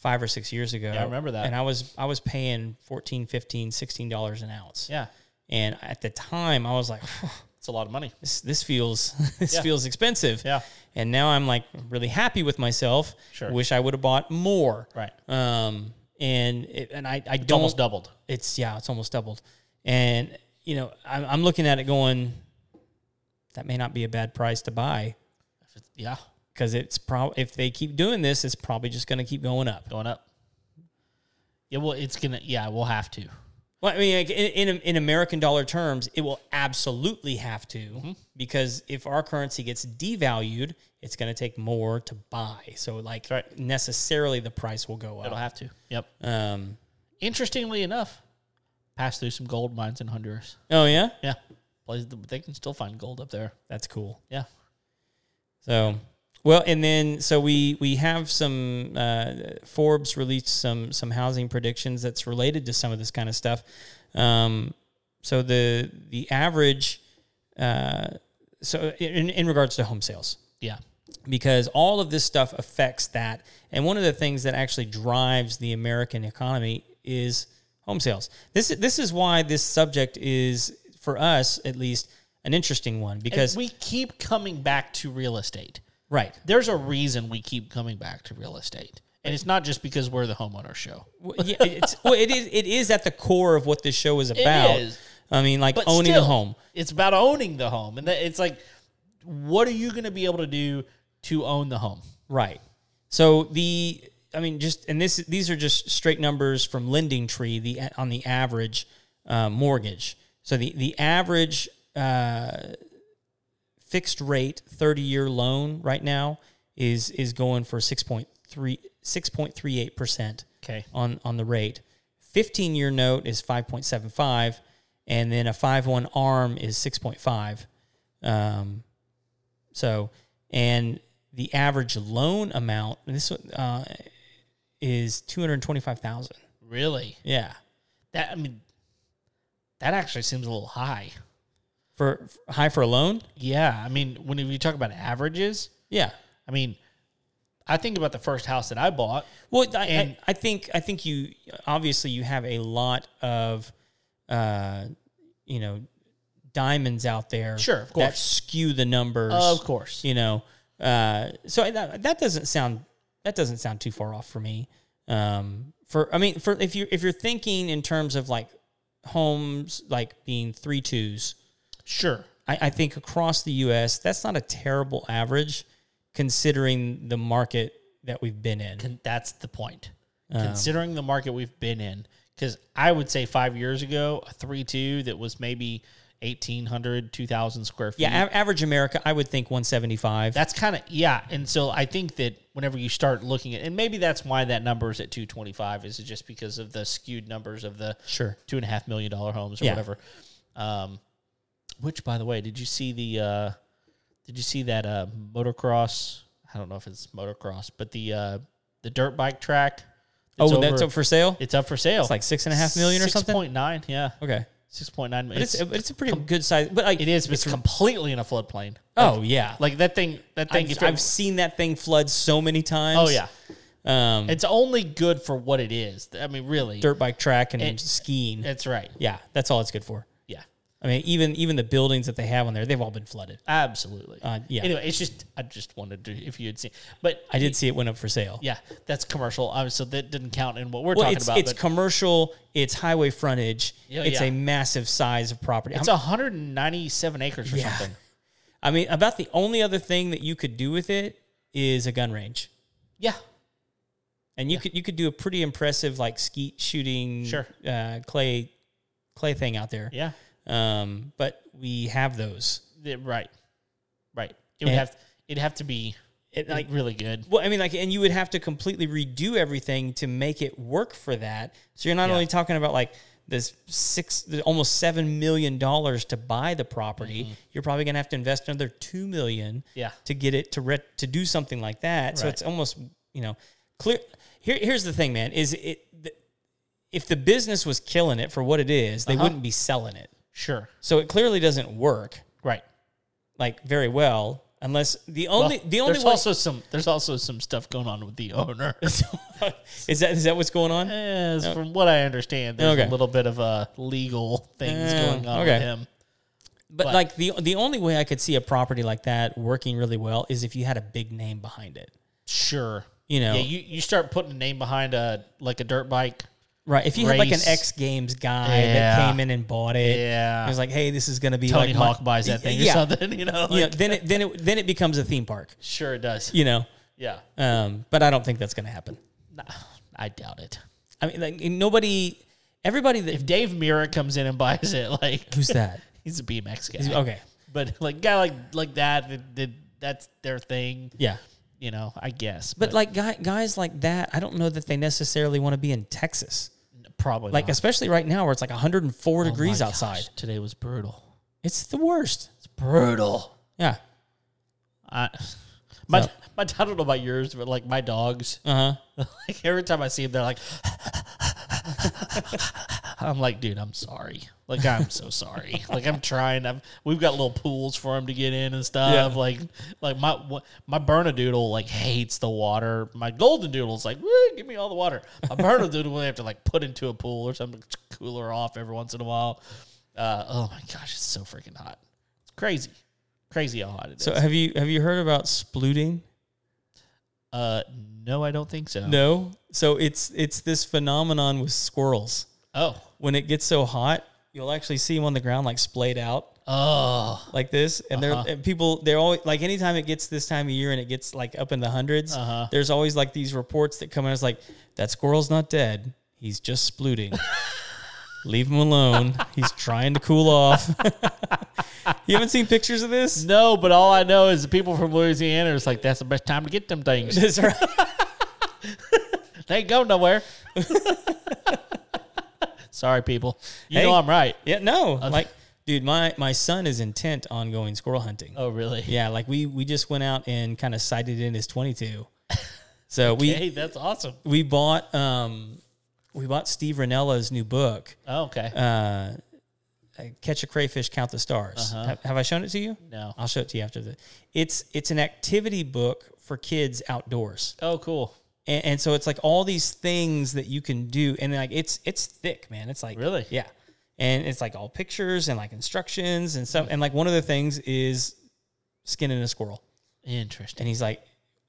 S2: five or six years ago.
S1: Yeah, I remember that.
S2: and I was I was paying 14 15 16 dollars an ounce.
S1: yeah
S2: and at the time I was like.
S1: it's a lot of money
S2: this this feels this
S1: Yeah.
S2: feels expensive.
S1: Yeah.
S2: And now I'm like really happy with myself.
S1: Sure.
S2: Wish I would have bought more.
S1: Right.
S2: Um. And it, and I I
S1: It's
S2: don't.
S1: almost doubled.
S2: It's yeah. It's almost doubled. And you know I'm I'm looking at it going. That may not be a bad price to buy
S1: If it's- Yeah,
S2: because it's prob if they keep doing this, it's probably just going to keep going up.
S1: going up. Yeah, well, it's gonna. Yeah, we'll have to.
S2: Well, I mean, like in, in in American dollar terms, it will absolutely have to because if our currency gets devalued, it's going to take more to buy. So, like, necessarily the price will go
S1: It'll
S2: up.
S1: have to. Yep.
S2: Um,
S1: Interestingly enough, passed through some gold mines in Honduras.
S2: oh yeah,
S1: Yeah, plays. the- They can still find gold up there.
S2: that's cool.
S1: Yeah.
S2: So, well, and then so we we have some uh, Forbes released some some housing predictions that's related to some of this kind of stuff. Um, so the the average, uh, so in in regards to home sales.
S1: Yeah.
S2: because all of this stuff affects that. And one of the things that actually drives the American economy is home sales. This this is why this subject is for us at least an interesting one because
S1: we keep coming back to real estate.
S2: right.
S1: There's a reason we keep coming back to real estate, and it's not just because we're the homeowner show.
S2: Well, yeah, it's, well, it is it is at the core of what this show is about.
S1: is.
S2: I mean, like
S1: But
S2: owning a
S1: still,
S2: home.
S1: It's about owning the home, and that, it's like, what are you going to be able to do to own the home.
S2: Right. So the I mean just and this these are just straight numbers from Lending Tree the on the average uh, mortgage. So the the average uh, fixed rate 30 year loan right now is is going for 6.3 6.38%
S1: Okay.
S2: on on the rate. 15 year note is 5.75 and then a 5-1 arm is 6.5. Um, so and the average loan amount and this uh, is 225,000.
S1: Really?
S2: Yeah.
S1: That I mean, that actually seems a little high.
S2: For for- high for a loan?
S1: Yeah, I mean, when you talk about averages,
S2: Yeah.
S1: I mean, I think about the first house that I bought.
S2: Well, I,
S1: And-
S2: I, I think I think you obviously you have a lot of, uh, you know, diamonds out there.
S1: Sure, of
S2: That
S1: course.
S2: skew the numbers.
S1: Of course.
S2: You know, uh, so I- that, that doesn't sound that doesn't sound too far off for me. Um, for I mean, for if you if you're thinking in terms of like homes like being three twos,
S1: Sure.
S2: I, I think across the U.S. that's not a terrible average, considering the market that we've been in.
S1: Con- that's the point. Considering the market we've been in, because I would say five years ago, a 3 2 that was maybe 1,800, 2,000 square feet.
S2: Yeah, a- average America, I would think 175.
S1: That's kind of, yeah. And so I think that whenever you start looking at, and maybe that's why that number is at 225, is just because of the skewed numbers of the
S2: sure.
S1: two and a half million dollar homes or
S2: Yeah.
S1: whatever. Um, which, by the way, did you see the? Uh, did you see that uh, motocross? I don't know if it's motocross, but the uh, the dirt bike track.
S2: oh, that's
S1: over-
S2: up for sale.
S1: it's up for sale.
S2: It's like six and a half million or something.
S1: Six point nine, yeah,
S2: okay,
S1: six point nine.
S2: but
S1: It's,
S2: it's
S1: it's
S2: it's, a pretty good size. But like,
S1: it is, but it's, completely in a floodplain.
S2: oh yeah,
S1: Like that thing, that thing. if
S2: I've,
S1: it-
S2: I've seen that thing flood so many times.
S1: oh yeah,
S2: um,
S1: it's only good for what it is. I mean, really,
S2: dirt bike track and
S1: It-
S2: skiing.
S1: that's right.
S2: yeah, that's all it's good for.
S1: Yeah,
S2: I mean, even even the buildings that they have on there, they've all been flooded.
S1: absolutely.
S2: Uh, yeah.
S1: Anyway, it's just I just wanted to if you had seen, but
S2: I did see it went up for sale.
S1: Yeah, that's commercial. Um, so that didn't count in what we're
S2: Well,
S1: talking
S2: it's
S1: about.
S2: it's
S1: but
S2: commercial. It's highway frontage.
S1: Yeah,
S2: it's
S1: yeah.
S2: a massive size of property.
S1: it's 197 acres or
S2: Yeah.
S1: something.
S2: I mean, about the only other thing that you could do with it is a gun range,
S1: Yeah,
S2: and you could you could do a pretty impressive like skeet shooting,
S1: Sure.
S2: uh, clay clay thing out there.
S1: yeah,
S2: Um, but we have those.
S1: Yeah, right, right. It would
S2: And-
S1: have it'd have to be like really good.
S2: Well, I mean, like, and you would have to completely redo everything to make it work for that. So you're not
S1: Yeah.
S2: only talking about like this six, the almost seven million dollars to buy the property. You're probably going to have to invest another two million.
S1: Mm-hmm. Yeah.
S2: to get it to re- to do something like that. So
S1: Right.
S2: it's almost you know clear. Here, here's the thing, man. Is it th- if the business was killing it for what it is,
S1: Uh-huh.
S2: they wouldn't be selling it.
S1: Sure,
S2: So it clearly doesn't work
S1: right.
S2: like very well. Unless the only
S1: Well,
S2: the only
S1: there's
S2: way
S1: also some there's also some stuff going on with the owner.
S2: is that is that what's going
S1: Uh,
S2: on?
S1: As from what I understand, there's
S2: Okay.
S1: a little bit of uh, legal things
S2: Uh,
S1: going on
S2: okay.
S1: with him.
S2: But, like the the only way I could see a property like that working really well is if you had a big name behind it.
S1: Sure.
S2: You know,
S1: Yeah, you, you start putting a name behind a like a dirt bike.
S2: right? If you had like an
S1: race.
S2: X Games guy that
S1: Yeah.
S2: came in and bought it,
S1: Yeah.
S2: it was like, hey, this is going to be
S1: Tony
S2: like my-
S1: Hawk buys that thing
S2: Yeah.
S1: or something, you know.
S2: You know,
S1: Like,
S2: then it then it then it becomes a theme park.
S1: Sure it does.
S2: You know,
S1: Yeah.
S2: um, but I don't think that's going to happen.
S1: Nah, I doubt it.
S2: I mean, like nobody, everybody that
S1: If Dave Mira comes in and buys it, like
S2: who's that?
S1: he's a BMX guy.
S2: okay,
S1: But like guy like like that, that, that that's their thing.
S2: yeah,
S1: You know, I guess.
S2: but like guy, guys like that, I don't know that they necessarily want to be in Texas.
S1: probably
S2: Like
S1: not.
S2: especially right now where it's like 104
S1: Oh my
S2: degrees
S1: gosh,
S2: outside.
S1: today was brutal.
S2: It's the worst.
S1: It's brutal.
S2: Yeah.
S1: I my
S2: So-
S1: my I don't know about yours, but like my dogs,
S2: Uh huh.
S1: like every time I see them, they're like, I'm like, dude, I'm sorry. Like I'm so sorry. Like I'm trying. I've we've got little pools for them to get in and stuff.
S2: Yeah.
S1: Like like my wh- my Bernedoodle like hates the water. My Golden Doodle's like, "Woo, give me all the water. My Bernedoodle we have to like put into a pool or something to cool her off every once in a while. Uh, oh my gosh, it's so freaking hot. It's crazy, crazy how hot it is.
S2: So have you have you heard about splooting?
S1: uh, no, I don't think so.
S2: No. So it's it's this phenomenon with squirrels.
S1: Oh,
S2: When it gets so hot, You'll actually see them on the ground, like splayed out
S1: Oh,
S2: like this, and they're and people. They're always like anytime it gets this time of year and it gets like up in the 100s There's always like these reports that come in. It's like that squirrel's not dead. He's just splooting. Leave him alone. He's trying to cool off. you haven't seen pictures of this?
S1: no, but all I know is the people from Louisiana is like, that's the best time to get them things.
S2: That's right.
S1: they ain't go nowhere. Sorry, people. You
S2: Hey.
S1: know I'm right.
S2: Yeah, no. Like, dude, my my son is intent on going squirrel hunting.
S1: Oh, really?
S2: Yeah, like we we just went out and kind of sighted in his 22. So we
S1: Hey, that's awesome.
S2: we bought um we bought Steve Ranella's new book,
S1: Oh, okay.
S2: uh Catch a Crayfish, Count the Stars. Have, have I shown it to you?
S1: Uh-huh. No.
S2: I'll show it to you after the. It's it's an activity book for kids outdoors.
S1: oh, cool.
S2: And, and so it's like all these things that you can do, and like it's it's thick, man. It's like
S1: Really?
S2: yeah, and it's like all pictures and like instructions and stuff. And like one of the things is skinning a squirrel,
S1: Interesting.
S2: and he's like,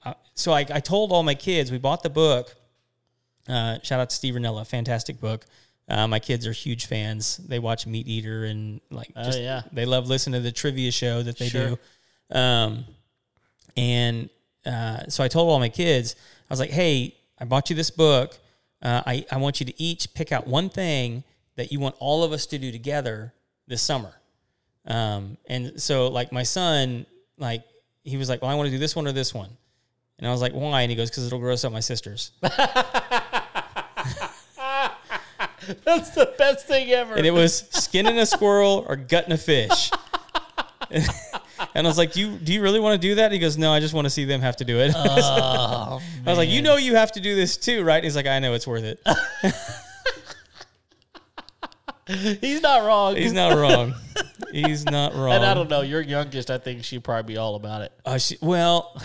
S2: uh, so I, I told all my kids we bought the book. Uh, shout out to Steve Renella, fantastic book. Uh, my kids are huge fans. They watch Meat Eater and like, just,
S1: Oh, yeah.
S2: they love listening to the trivia show that they
S1: Sure.
S2: do. Um, and uh, so I told all my kids, I was like, hey, I bought you this book. Uh, I, I want you to each pick out one thing that you want all of us to do together this summer. Um, and so, like, my son, like, he was like, well, I want to do this one or this one. And I was like, why? And he goes, because it'll gross out my sisters.
S1: That's the best thing ever.
S2: and it was skinning a squirrel or gutting a fish. and I was like, "Do you do you really want to do that?" he goes, "No, I just want to see them have to do it." I was like-
S1: Oh,
S2: I was like, "You know, you have to do this too, right?" And he's like, "I know, it's worth it."
S1: He's not wrong.
S2: He's not wrong. He's not wrong.
S1: and I don't know. Your youngest, I think she'd probably be all about it.
S2: Uh, she, well,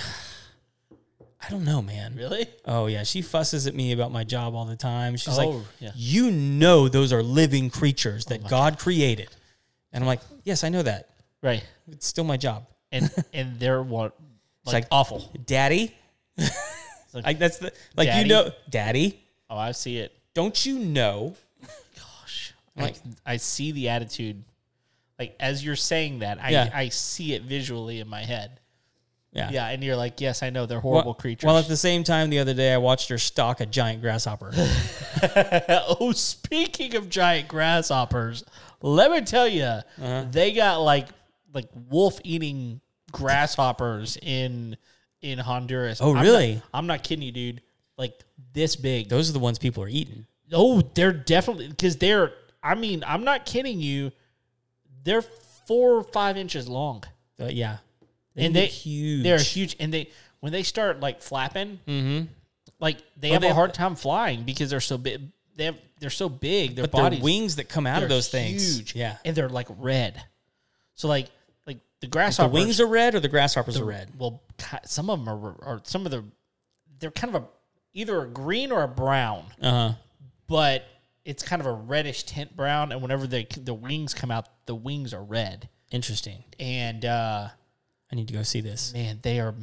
S2: I don't know, man.
S1: Really?
S2: Oh yeah, she fusses at me about my job all the time. She's like,
S1: Oh, yeah. Oh
S2: "You know, those are living creatures that God created," and I'm like, "Yes, I know that.
S1: Right.
S2: It's still my job."
S1: And and they're what? Like,
S2: like-
S1: awful.
S2: Daddy.
S1: like,
S2: like that's the like
S1: Daddy?
S2: you know, Daddy.
S1: Oh, I see it.
S2: Don't you know?
S1: Gosh. Like I see the attitude. Like as you're saying that, I
S2: Yeah.
S1: I see it visually in my head.
S2: Yeah.
S1: Yeah, and you're like, yes, I know they're horrible creatures.
S2: Well, at the same time, the other day I watched her stalk a giant grasshopper.
S1: oh, speaking of giant grasshoppers, let me tell you,
S2: Uh-huh.
S1: they got like like wolf eating grasshoppers in in Honduras.
S2: Oh,
S1: I'm not-
S2: really?
S1: I'm not kidding you, dude. Like this big.
S2: Those are the ones people are eating.
S1: Oh, they're definitely because they're. I mean, I'm not kidding you. They're four or five inches long,
S2: But yeah,
S1: and
S2: look
S1: they
S2: huge. Mm-hmm.
S1: They're huge, and they when they start like flapping, like they have
S2: they-
S1: a hard time flying because they're so big. They have, they're so big. Their
S2: but the
S1: bodies
S2: wings that come out
S1: they're
S2: of those things.
S1: huge,
S2: Yeah,
S1: and they're like red. So like like the
S2: the
S1: grasshoppers,
S2: wings are red or the grasshoppers are red.
S1: well, ki- some of them are, are some of the they're kind of a either a green or a brown
S2: Uh huh.
S1: but it's kind of a reddish tint brown. And whenever the the wings come out, the wings are red.
S2: Interesting.
S1: And uh,
S2: I need to go see this.
S1: man, they are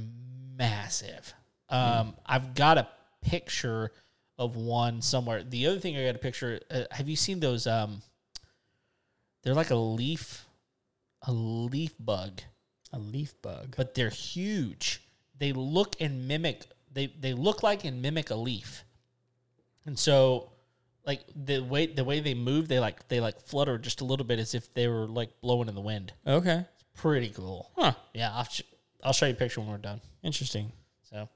S1: massive. Um, I've got a picture of one somewhere. The other thing I got a picture. Uh, have you seen those? Um, they're like a leaf, a leaf bug,
S2: A leaf bug.
S1: but they're huge. They look and mimic. They they look like and mimic a leaf. And so like the way the way they move, they like they like flutter just a little bit as if they were like blowing in the wind.
S2: Okay.
S1: Pretty cool.
S2: Huh.
S1: Yeah, I'll sh- I'll show you a picture when we're done.
S2: Interesting.
S1: So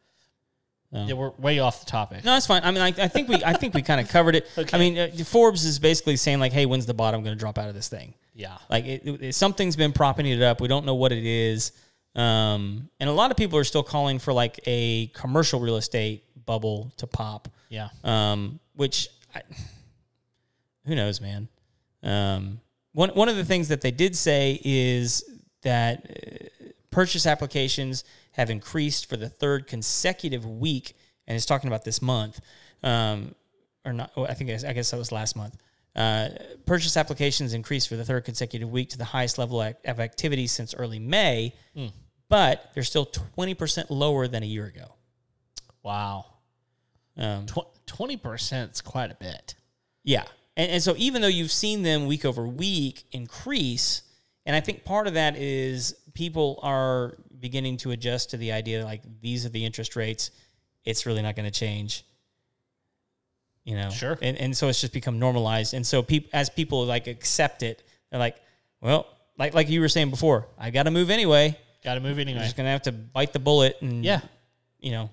S2: Oh.
S1: yeah, we're way off the topic.
S2: No, that's fine. I mean, I, I think we, I think we kind of covered it. I mean, uh, Forbes is basically saying like, "Hey, when's the bottom going to drop out of this thing?"
S1: Yeah.
S2: Like it, it, something's been propping it up. We don't know what it is. Um, and a lot of people are still calling for like a commercial real estate bubble to pop.
S1: Yeah.
S2: Um, which I, who knows, man. Um, one one of the things that they did say is that uh, purchase applications have increased for the third consecutive week, and it's talking about this month, um, or not? oh, I think I guess that was last month. Uh, purchase applications increased for the third consecutive week to the highest level ac- of activity since early May, but they're still twenty percent lower than a year ago.
S1: Wow.
S2: Um,
S1: Twenty percent's quite a bit.
S2: Yeah. And, and so even though you've seen them week over week increase, and I think part of that is people are beginning to adjust to the idea like these are the interest rates. It's really not going to change. You know,
S1: Sure.
S2: and and so it's just become normalized. And so people, as people like accept it, they're like, well, like like you were saying before, I got to move anyway.
S1: Got to move anyway.
S2: I'm just gonna have to bite the bullet and
S1: Yeah.
S2: you know,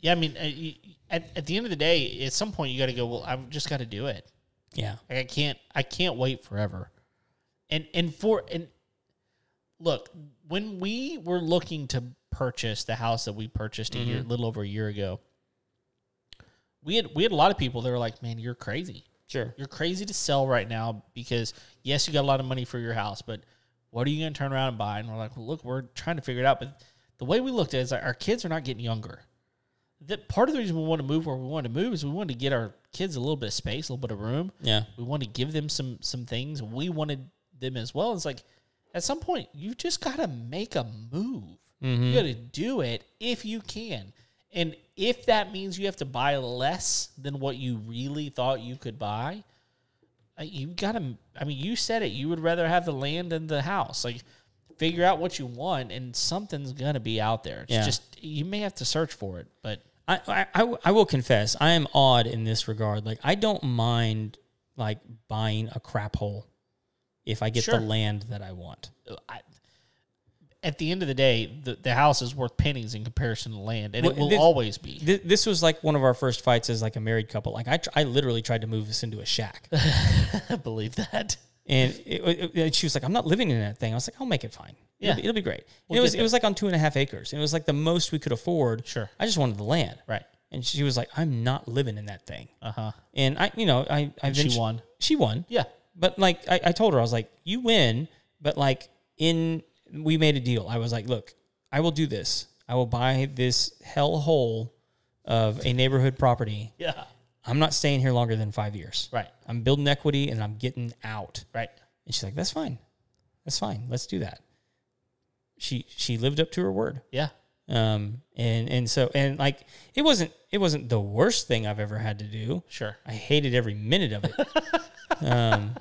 S1: Yeah, I mean, uh, you, at at the end of the day, at some point you got to go. Well, I've just got to do it.
S2: yeah,
S1: Like I can't I can't wait forever. And and for and look, when we were looking to purchase the house that we purchased a year
S2: Mm-hmm.
S1: a little over a year ago, we had we had a lot of people that were like, Man, you're crazy.
S2: sure,
S1: You're crazy to sell right now because yes, you got a lot of money for your house, but what are you gonna turn around and buy? And we're like, well, look, we're trying to figure it out. But the way we looked at it is like our kids are not getting younger. That part of the reason we want to move where we want to move is we want to get our kids a little bit of space, a little bit of room.
S2: yeah,
S1: We want to give them some some things. We wanted them as well. It's like at some point you just gotta make a move.
S2: Mm-hmm.
S1: You gotta do it if you can. And if that means you have to buy less than what you really thought you could buy, uh, you gotta I mean, you said it, you would rather have the land than the house. Like figure out what you want and something's gonna be out there. It's
S2: Yeah.
S1: just you may have to search for it, but
S2: I, I- I w- I will confess, I am odd in this regard. Like, I don't mind like buying a crap hole if I get
S1: Sure.
S2: the land that I want.
S1: I, at the end of the day, the, the house is worth pennies in comparison to land, and it
S2: Well,
S1: will
S2: this-
S1: always be.
S2: Th- this was like one of our first fights as like a married couple. Like, I tr- I literally tried to move this into a shack,
S1: I believe that.
S2: and it, it- it- she was like, "I'm not living in that thing." I was like, "I'll make it fine."
S1: Yeah.
S2: It'll, be, it'll be great. And
S1: get
S2: it was it
S1: there.
S2: was like on two and a half acres, and it was like the most we could afford.
S1: Sure.
S2: I just wanted the land,
S1: Right.
S2: And she was like, "I'm not living in that thing."
S1: Uh huh.
S2: And I, you know, I, I
S1: She
S2: eventu-
S1: won.
S2: She won.
S1: Yeah.
S2: But like, I, I told her, I was like, you win. But like, in, we made a deal. I was like, look, I will do this. I will buy this hell hole of a neighborhood property.
S1: Yeah.
S2: I'm not staying here longer than five years.
S1: Right.
S2: I'm building equity and I'm getting out.
S1: Right.
S2: And she's like, that's fine. That's fine. Let's do that. She, she lived up to her word
S1: Yeah.
S2: um and and so and like it wasn't it wasn't the worst thing i've ever had to do
S1: Sure.
S2: i hated every minute of it um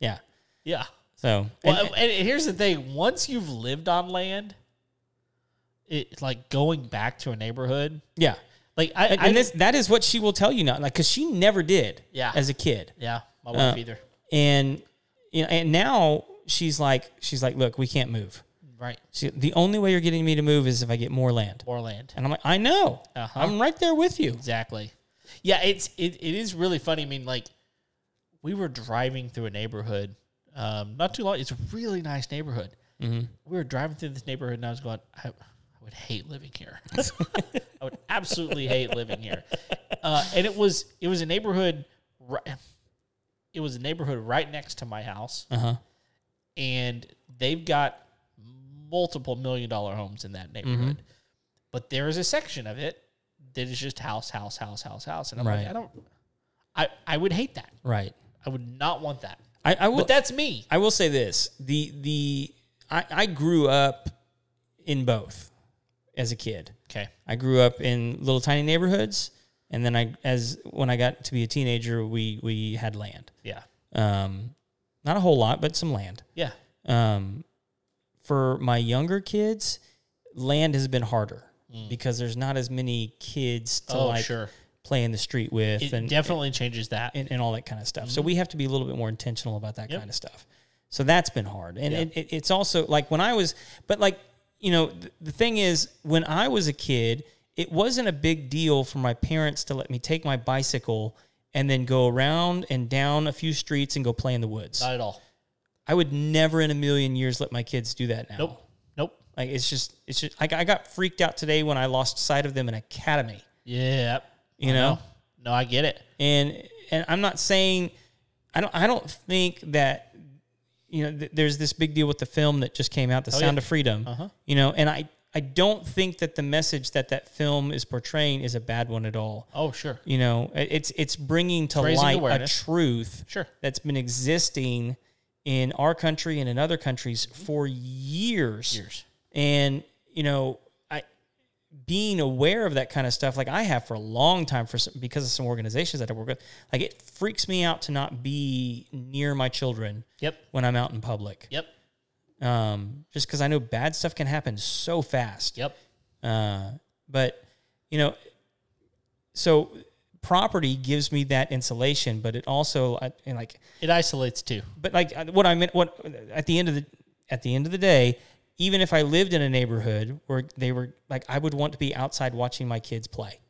S2: yeah
S1: Yeah.
S2: so and- uh,
S1: Well, and, and here's the thing: once you've lived on land, it like going back to a neighborhood,
S2: yeah
S1: like I,
S2: and,
S1: I
S2: and this that is what she will tell you now like because she never did
S1: Yeah.
S2: as a kid
S1: yeah, my wife
S2: Uh,
S1: either.
S2: and you know and now she's like she's like look we can't move
S1: Right.
S2: she, the only way you're getting me to move is if i get more land
S1: More land.
S2: and i'm like i know
S1: Uh-huh.
S2: i'm right there with you
S1: Exactly. Yeah, it's it, it is really funny. I mean, like we were driving through a neighborhood um, not too long. It's a really nice neighborhood. We were driving through this neighborhood, and I was going, I, I would hate living here. I would absolutely hate living here. Uh, and it was it was a neighborhood. Right, it was a neighborhood right next to my house,
S2: uh-huh
S1: and they've got multiple million dollar homes in that neighborhood.
S2: Mm-hmm.
S1: But there is a section of it that is just house, house, house, house, house. And I'm like,
S2: Right.
S1: I don't I I would hate that.
S2: right
S1: I would not want that.
S2: i, I will
S1: But that's me.
S2: I will say this: the the I, I grew up in both as a kid.
S1: Okay.
S2: I grew up in little tiny neighborhoods, and then I as when I got to be a teenager, we we had land.
S1: Yeah.
S2: Um, not a whole lot, but some land.
S1: Yeah.
S2: Um, for my younger kids, land has been harder because there's not as many kids to
S1: Mm. Oh,
S2: like
S1: sure.
S2: play in the street with
S1: It
S2: and
S1: definitely changes that.
S2: and, and all that kind of stuff.
S1: Mm-hmm.
S2: So we have to be a little bit more intentional about that kind of stuff. So that's been hard. And it, it, it's also like when I was, but like, you know, th- the thing is, when I was a kid, it wasn't a big deal for my parents to let me take my bicycle and then go around and down a few streets and go play in the woods.
S1: not at all.
S2: Oh. I would never in a million years let my kids do that now.
S1: Nope. Nope.
S2: Like it's just, it's just, I, got- I got freaked out today when I lost sight of them in academy,
S1: Yeah.
S2: you
S1: I
S2: know?
S1: No, I get it.
S2: and and I'm not saying I don't I don't think that you know th- there's this big deal with the film that just came out, The Sound of Freedom.
S1: Uh-huh.
S2: You know, and I I don't think that the message that that film is portraying is a bad one at all.
S1: Oh, sure.
S2: You know, it- it's it's bringing to
S1: raising
S2: light
S1: awareness.
S2: a truth
S1: Sure.
S2: that's been existing in our country and in other countries for years
S1: Years.
S2: and you know i being aware of that kind of stuff, like I have for a long time, for some, because of some organizations that I work with, like it freaks me out to not be near my children
S1: Yep.
S2: when I'm out in public.
S1: Yep.
S2: Um, just because I know bad stuff can happen so fast.
S1: Yep.
S2: Uh, but you know, so property gives me that insulation, but it also I, and like
S1: It isolates too.
S2: but like uh, what I meant, what at the end of the at the end of the day, even if I lived in a neighborhood where they were like, I would want to be outside watching my kids play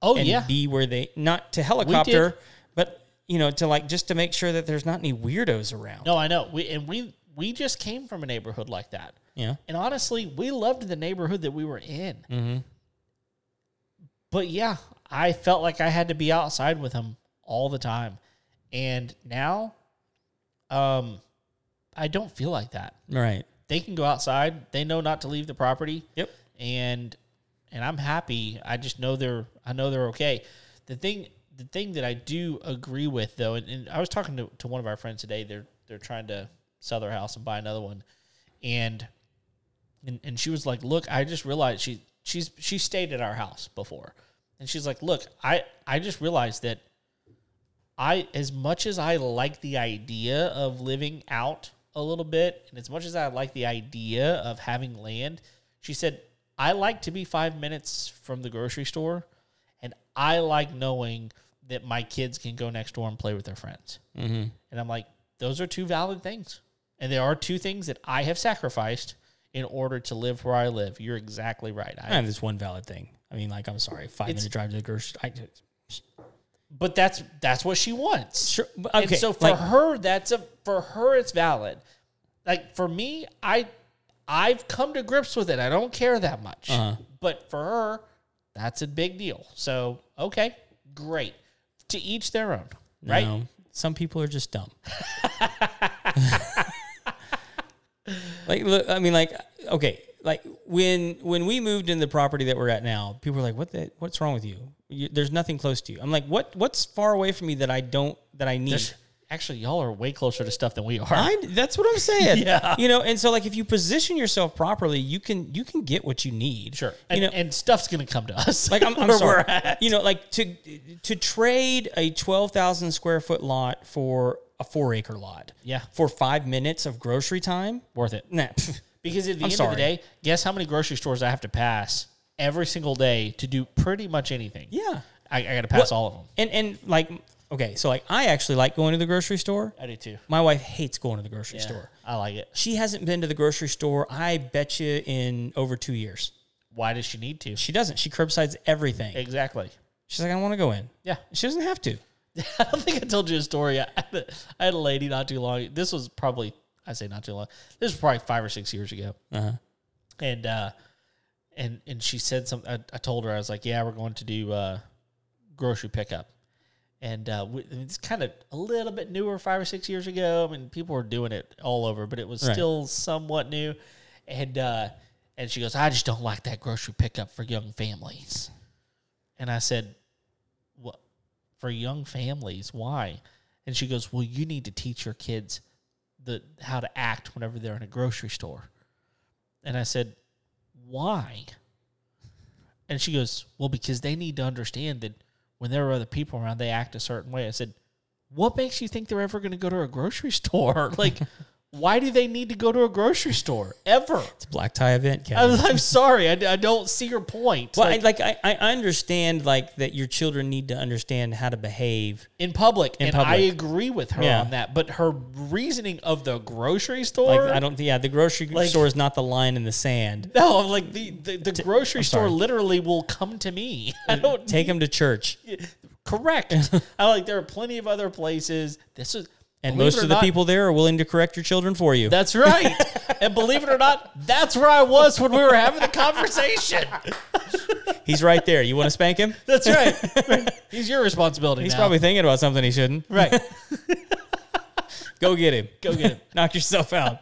S1: Oh
S2: and
S1: yeah.
S2: be where they not to helicopter, but you know, to like just to make sure that there's not any weirdos around.
S1: no, I know. We and we we just came from a neighborhood like that.
S2: Yeah,
S1: And honestly, we loved the neighborhood that we were in. But yeah, I felt like I had to be outside with him all the time. And now um I don't feel like that.
S2: right.
S1: They can go outside. They know not to leave the property.
S2: Yep.
S1: and and I'm happy. I just know they're I know they're okay. The thing the thing that I do agree with though, and, and I was talking to, to one of our friends today, they're they're trying to sell their house and buy another one. And and, and she was like, Look, I just realized she she's she stayed at our house before. And she's like, Look, I, I just realized that I as much as I like the idea of living out a little bit, and as much as I like the idea of having land, she said, I like to be five minutes from the grocery store and I like knowing that my kids can go next door and play with their friends. Mm-hmm. And I'm like, those are two valid things. And there are two things that I have sacrificed in order to live where I live. You're exactly right.
S2: I
S1: I,
S2: have this one valid thing. I mean, like I'm sorry, five minute drive to the grocery. I,
S1: but that's that's what she wants.
S2: sure, but
S1: And
S2: okay.
S1: so for
S2: like,
S1: her, that's a for her it's valid. Like for me, I I've come to grips with it. I don't care that much.
S2: Uh-huh.
S1: But for her, that's a big deal. So okay, great. To each their own, right?
S2: no, some people are just dumb. like, look, I mean, like, okay, like when when we moved in the property that we're at now, people were like, "What the? What's wrong with you? you there's nothing close to you." I'm like, "What? What's far away from me that I don't that I need?"
S1: Actually, y'all are way closer to stuff than we are.
S2: I, that's what I'm saying.
S1: Yeah.
S2: You know, and so like if you position yourself properly, you can you can get what you need.
S1: sure.
S2: You
S1: And,
S2: know,
S1: and stuff's gonna come to us.
S2: like I'm, I'm
S1: where
S2: sorry.
S1: we're at.
S2: You know, like to to trade a twelve thousand square foot lot for a four acre lot.
S1: Yeah.
S2: For five minutes of grocery time.
S1: Worth it.
S2: Nah.
S1: Because at the
S2: I'm
S1: end
S2: sorry.
S1: of the day, guess how many grocery stores I have to pass every single day to do pretty much anything.
S2: yeah.
S1: I, I got to pass all of them.
S2: And and like okay, so like I actually like going to the grocery store.
S1: I do too.
S2: My wife hates going to the grocery store.
S1: Store. I like it.
S2: She hasn't been to the grocery store. I bet you in over two years.
S1: Why does she need to?
S2: She doesn't. She curbsides everything.
S1: Exactly.
S2: She's like, I don't want to go in.
S1: Yeah.
S2: She doesn't have to.
S1: I don't think I told you a story. I had a, I had a lady not too long. This was probably I say not too long. This was probably five or six years ago.
S2: Uh-huh.
S1: And uh, and and she said something. I, I told her I was like, yeah, we're going to do uh, grocery pickup. And uh, we, it's kind of a little bit newer, five or six years ago. I mean, people were doing it all over, but it was
S2: Right.
S1: still somewhat new. And uh, and she goes, I just don't like that grocery pickup for young families. And I said, What for young families? Why? And she goes, Well, you need to teach your kids the how to act whenever they're in a grocery store. And I said, Why? And she goes, Well, because they need to understand that when there are other people around, they act a certain way. I said, What makes you think they're ever going to go to a grocery store? Like, why do they need to go to a grocery store ever?
S2: It's a black tie event, Kevin.
S1: I'm, I'm sorry. I, I don't see your point.
S2: Well,
S1: Like,
S2: I, like I, I understand like that your children need to understand how to behave.
S1: in public, and I
S2: public.
S1: agree with her
S2: Yeah.
S1: on that. But her reasoning of the grocery store,
S2: Like I don't, yeah, the grocery store is not the line in the sand.
S1: No, I'm like the the, the grocery store
S2: sorry.
S1: literally will come to me. I don't
S2: Take them to church,
S1: correct. I like there are plenty of other places. This is
S2: and
S1: believe it
S2: most
S1: or
S2: of the
S1: not-
S2: people there are willing to correct your children for you.
S1: That's right. and believe it or not, that's where I was when we were having the conversation.
S2: He's right there. You want to spank him?
S1: That's right. He's your responsibility.
S2: He's
S1: now.
S2: probably thinking about something he shouldn't.
S1: right.
S2: Go get him.
S1: Go get him.
S2: Knock yourself out.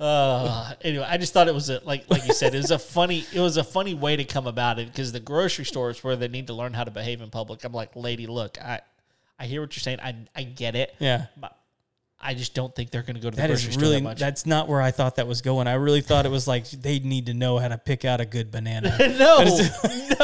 S1: Uh, anyway, I just thought it was a, like like you said, it was a funny it was a funny way to come about it because the grocery store is where they need to learn how to behave in public. I'm like, lady, look, I I hear what you're saying. I I get it.
S2: Yeah.
S1: My- I just don't think they're going to go to the
S2: That
S1: grocery
S2: is
S1: store
S2: really
S1: that much.
S2: that's not where I thought that was going. I really thought it was like they need to know how to pick out a good banana.
S1: no,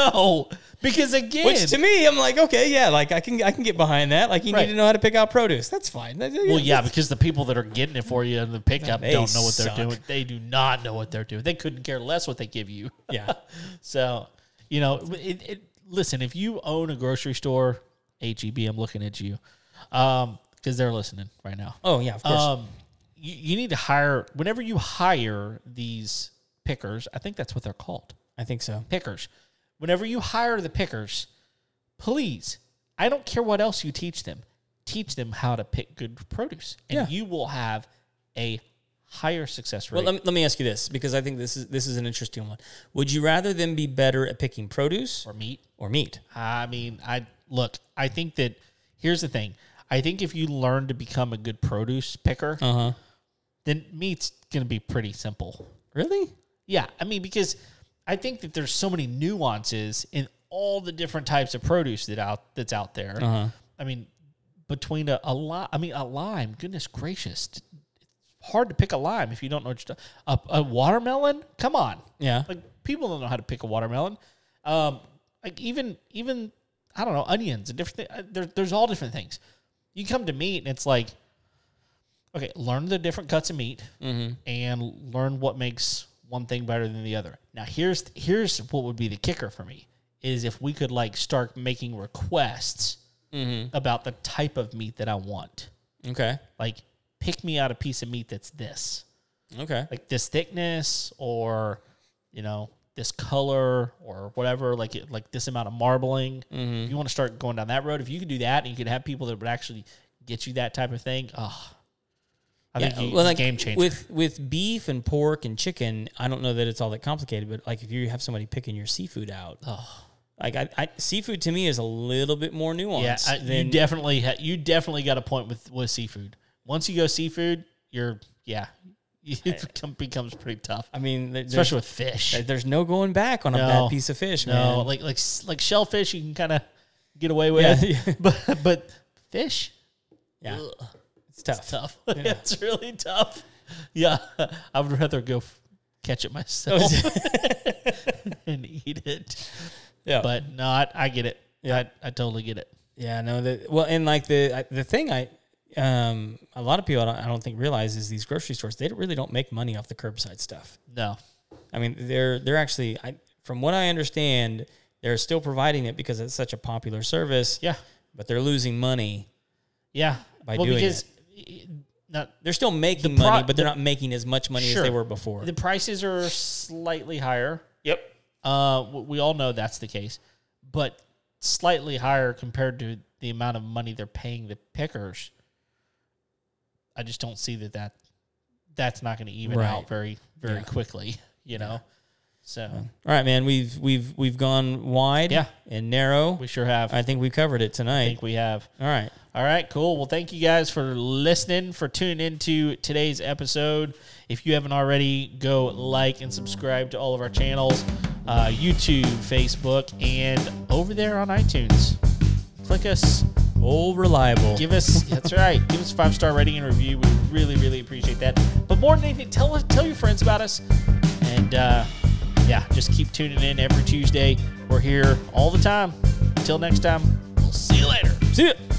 S1: no, because again,
S2: Which to me, I'm like, okay, yeah, like I can I can get behind that. Like you
S1: Right.
S2: need to know how to pick out produce. That's fine. That-
S1: well, yeah, because the people that are getting it for you in the pickup
S2: They
S1: don't know what they're
S2: suck.
S1: doing. They do not know what they're doing. They couldn't care less what they give you.
S2: yeah.
S1: So, you know, it, it, listen, if you own a grocery store, HEB, I'm looking at you, um, because they're listening right now.
S2: Oh yeah, of course.
S1: Um, you, you need to hire whenever you hire these pickers. I think that's what they're called,
S2: I think so.
S1: pickers. Whenever you hire the pickers, please, I don't care what else you teach them, teach them how to pick good produce, and
S2: Yeah.
S1: you will have a higher success rate.
S2: Well, let me, let me ask you this because I think this is this is an interesting one. Would you rather them be better at picking produce
S1: or meat.
S2: or meat?
S1: I mean, I look. I think that here's the thing. I think if you learn to become a good produce picker,
S2: Uh huh.
S1: then meat's gonna be pretty simple.
S2: Really?
S1: Yeah, I mean because I think that there's so many nuances in all the different types of produce that out that's out there. I mean, between a, a lime, I mean a lime. Goodness gracious, it's hard to pick a lime if you don't know what you're ta- a, a watermelon. Come on,
S2: Yeah.
S1: like people don't know how to pick a watermelon. Um, like even even I don't know onions and different. Th- there, there's all different things. You come to meat and it's like, okay, learn the different cuts of meat and learn what makes one thing better than the other. Now here's here's what would be the kicker for me is if we could like start making requests about the type of meat that I want.
S2: Okay.
S1: Like pick me out a piece of meat that's this
S2: Okay.
S1: like this thickness or you know this color or whatever like it, like this amount of marbling
S2: Mm-hmm.
S1: if you want to start going down that road if you could do that and you could have people that would actually get you that type of thing oh i
S2: Yeah,
S1: think you,
S2: well,
S1: it's
S2: like,
S1: game changer
S2: With with beef and pork and chicken, I don't know that it's all that complicated, but like if you have somebody picking your seafood out, like I, I seafood to me is a little bit more
S1: yeah
S2: nuanced
S1: I,
S2: than
S1: you definitely ha- you definitely got a point with with seafood once you go seafood you're yeah it become- becomes pretty tough
S2: I mean, there- there's,
S1: especially with fish
S2: there's no going back on a
S1: No.
S2: bad piece of fish,
S1: no
S2: man.
S1: like like like shellfish you can kind of get away
S2: Yeah,
S1: with
S2: yeah.
S1: but but fish
S2: Yeah,
S1: ugh.
S2: it's tough.
S1: tough. it's really tough. Yeah, I would rather go f- catch it myself and eat it,
S2: Yeah,
S1: but not. I get it.
S2: Oh. Yeah.
S1: I, I totally get it.
S2: Yeah, no. The, well, and like the I- the thing I, um, a lot of people I don't, I don't think realize is these grocery stores they don't- really don't make money off the curbside stuff.
S1: No,
S2: I mean, they're they're actually, I, from what I understand, they're still providing it because it's such a popular service.
S1: yeah,
S2: but they're losing money.
S1: yeah.
S2: By doing
S1: it. Not,
S2: They're still making
S1: pro-
S2: money, but they're not making as much money
S1: Sure.
S2: as they were before.
S1: the prices are slightly higher.
S2: yep.
S1: Uh, w- we all know that's the case, but slightly higher compared to the amount of money they're paying the pickers. I just don't see that that that's not going to even
S2: Right.
S1: out very very
S2: Yeah.
S1: quickly. You know, so
S2: All right, man. We've we've we've gone wide,
S1: Yeah.
S2: and narrow.
S1: we sure have. I
S2: I think we covered it tonight.
S1: think we have.
S2: All right.
S1: All right, cool. Well, thank you guys for listening, for tuning into today's episode. If you haven't already, go like and subscribe to all of our channels uh, YouTube, Facebook, and over there on iTunes. Click us,
S2: Old reliable.
S1: give us, that's right, give us a five star rating and review. We really, really appreciate that. But more than anything, tell, us, tell your friends about us. And uh, yeah, just keep tuning in every Tuesday. We're here all the time. Until next time, we'll see you later.
S2: See ya.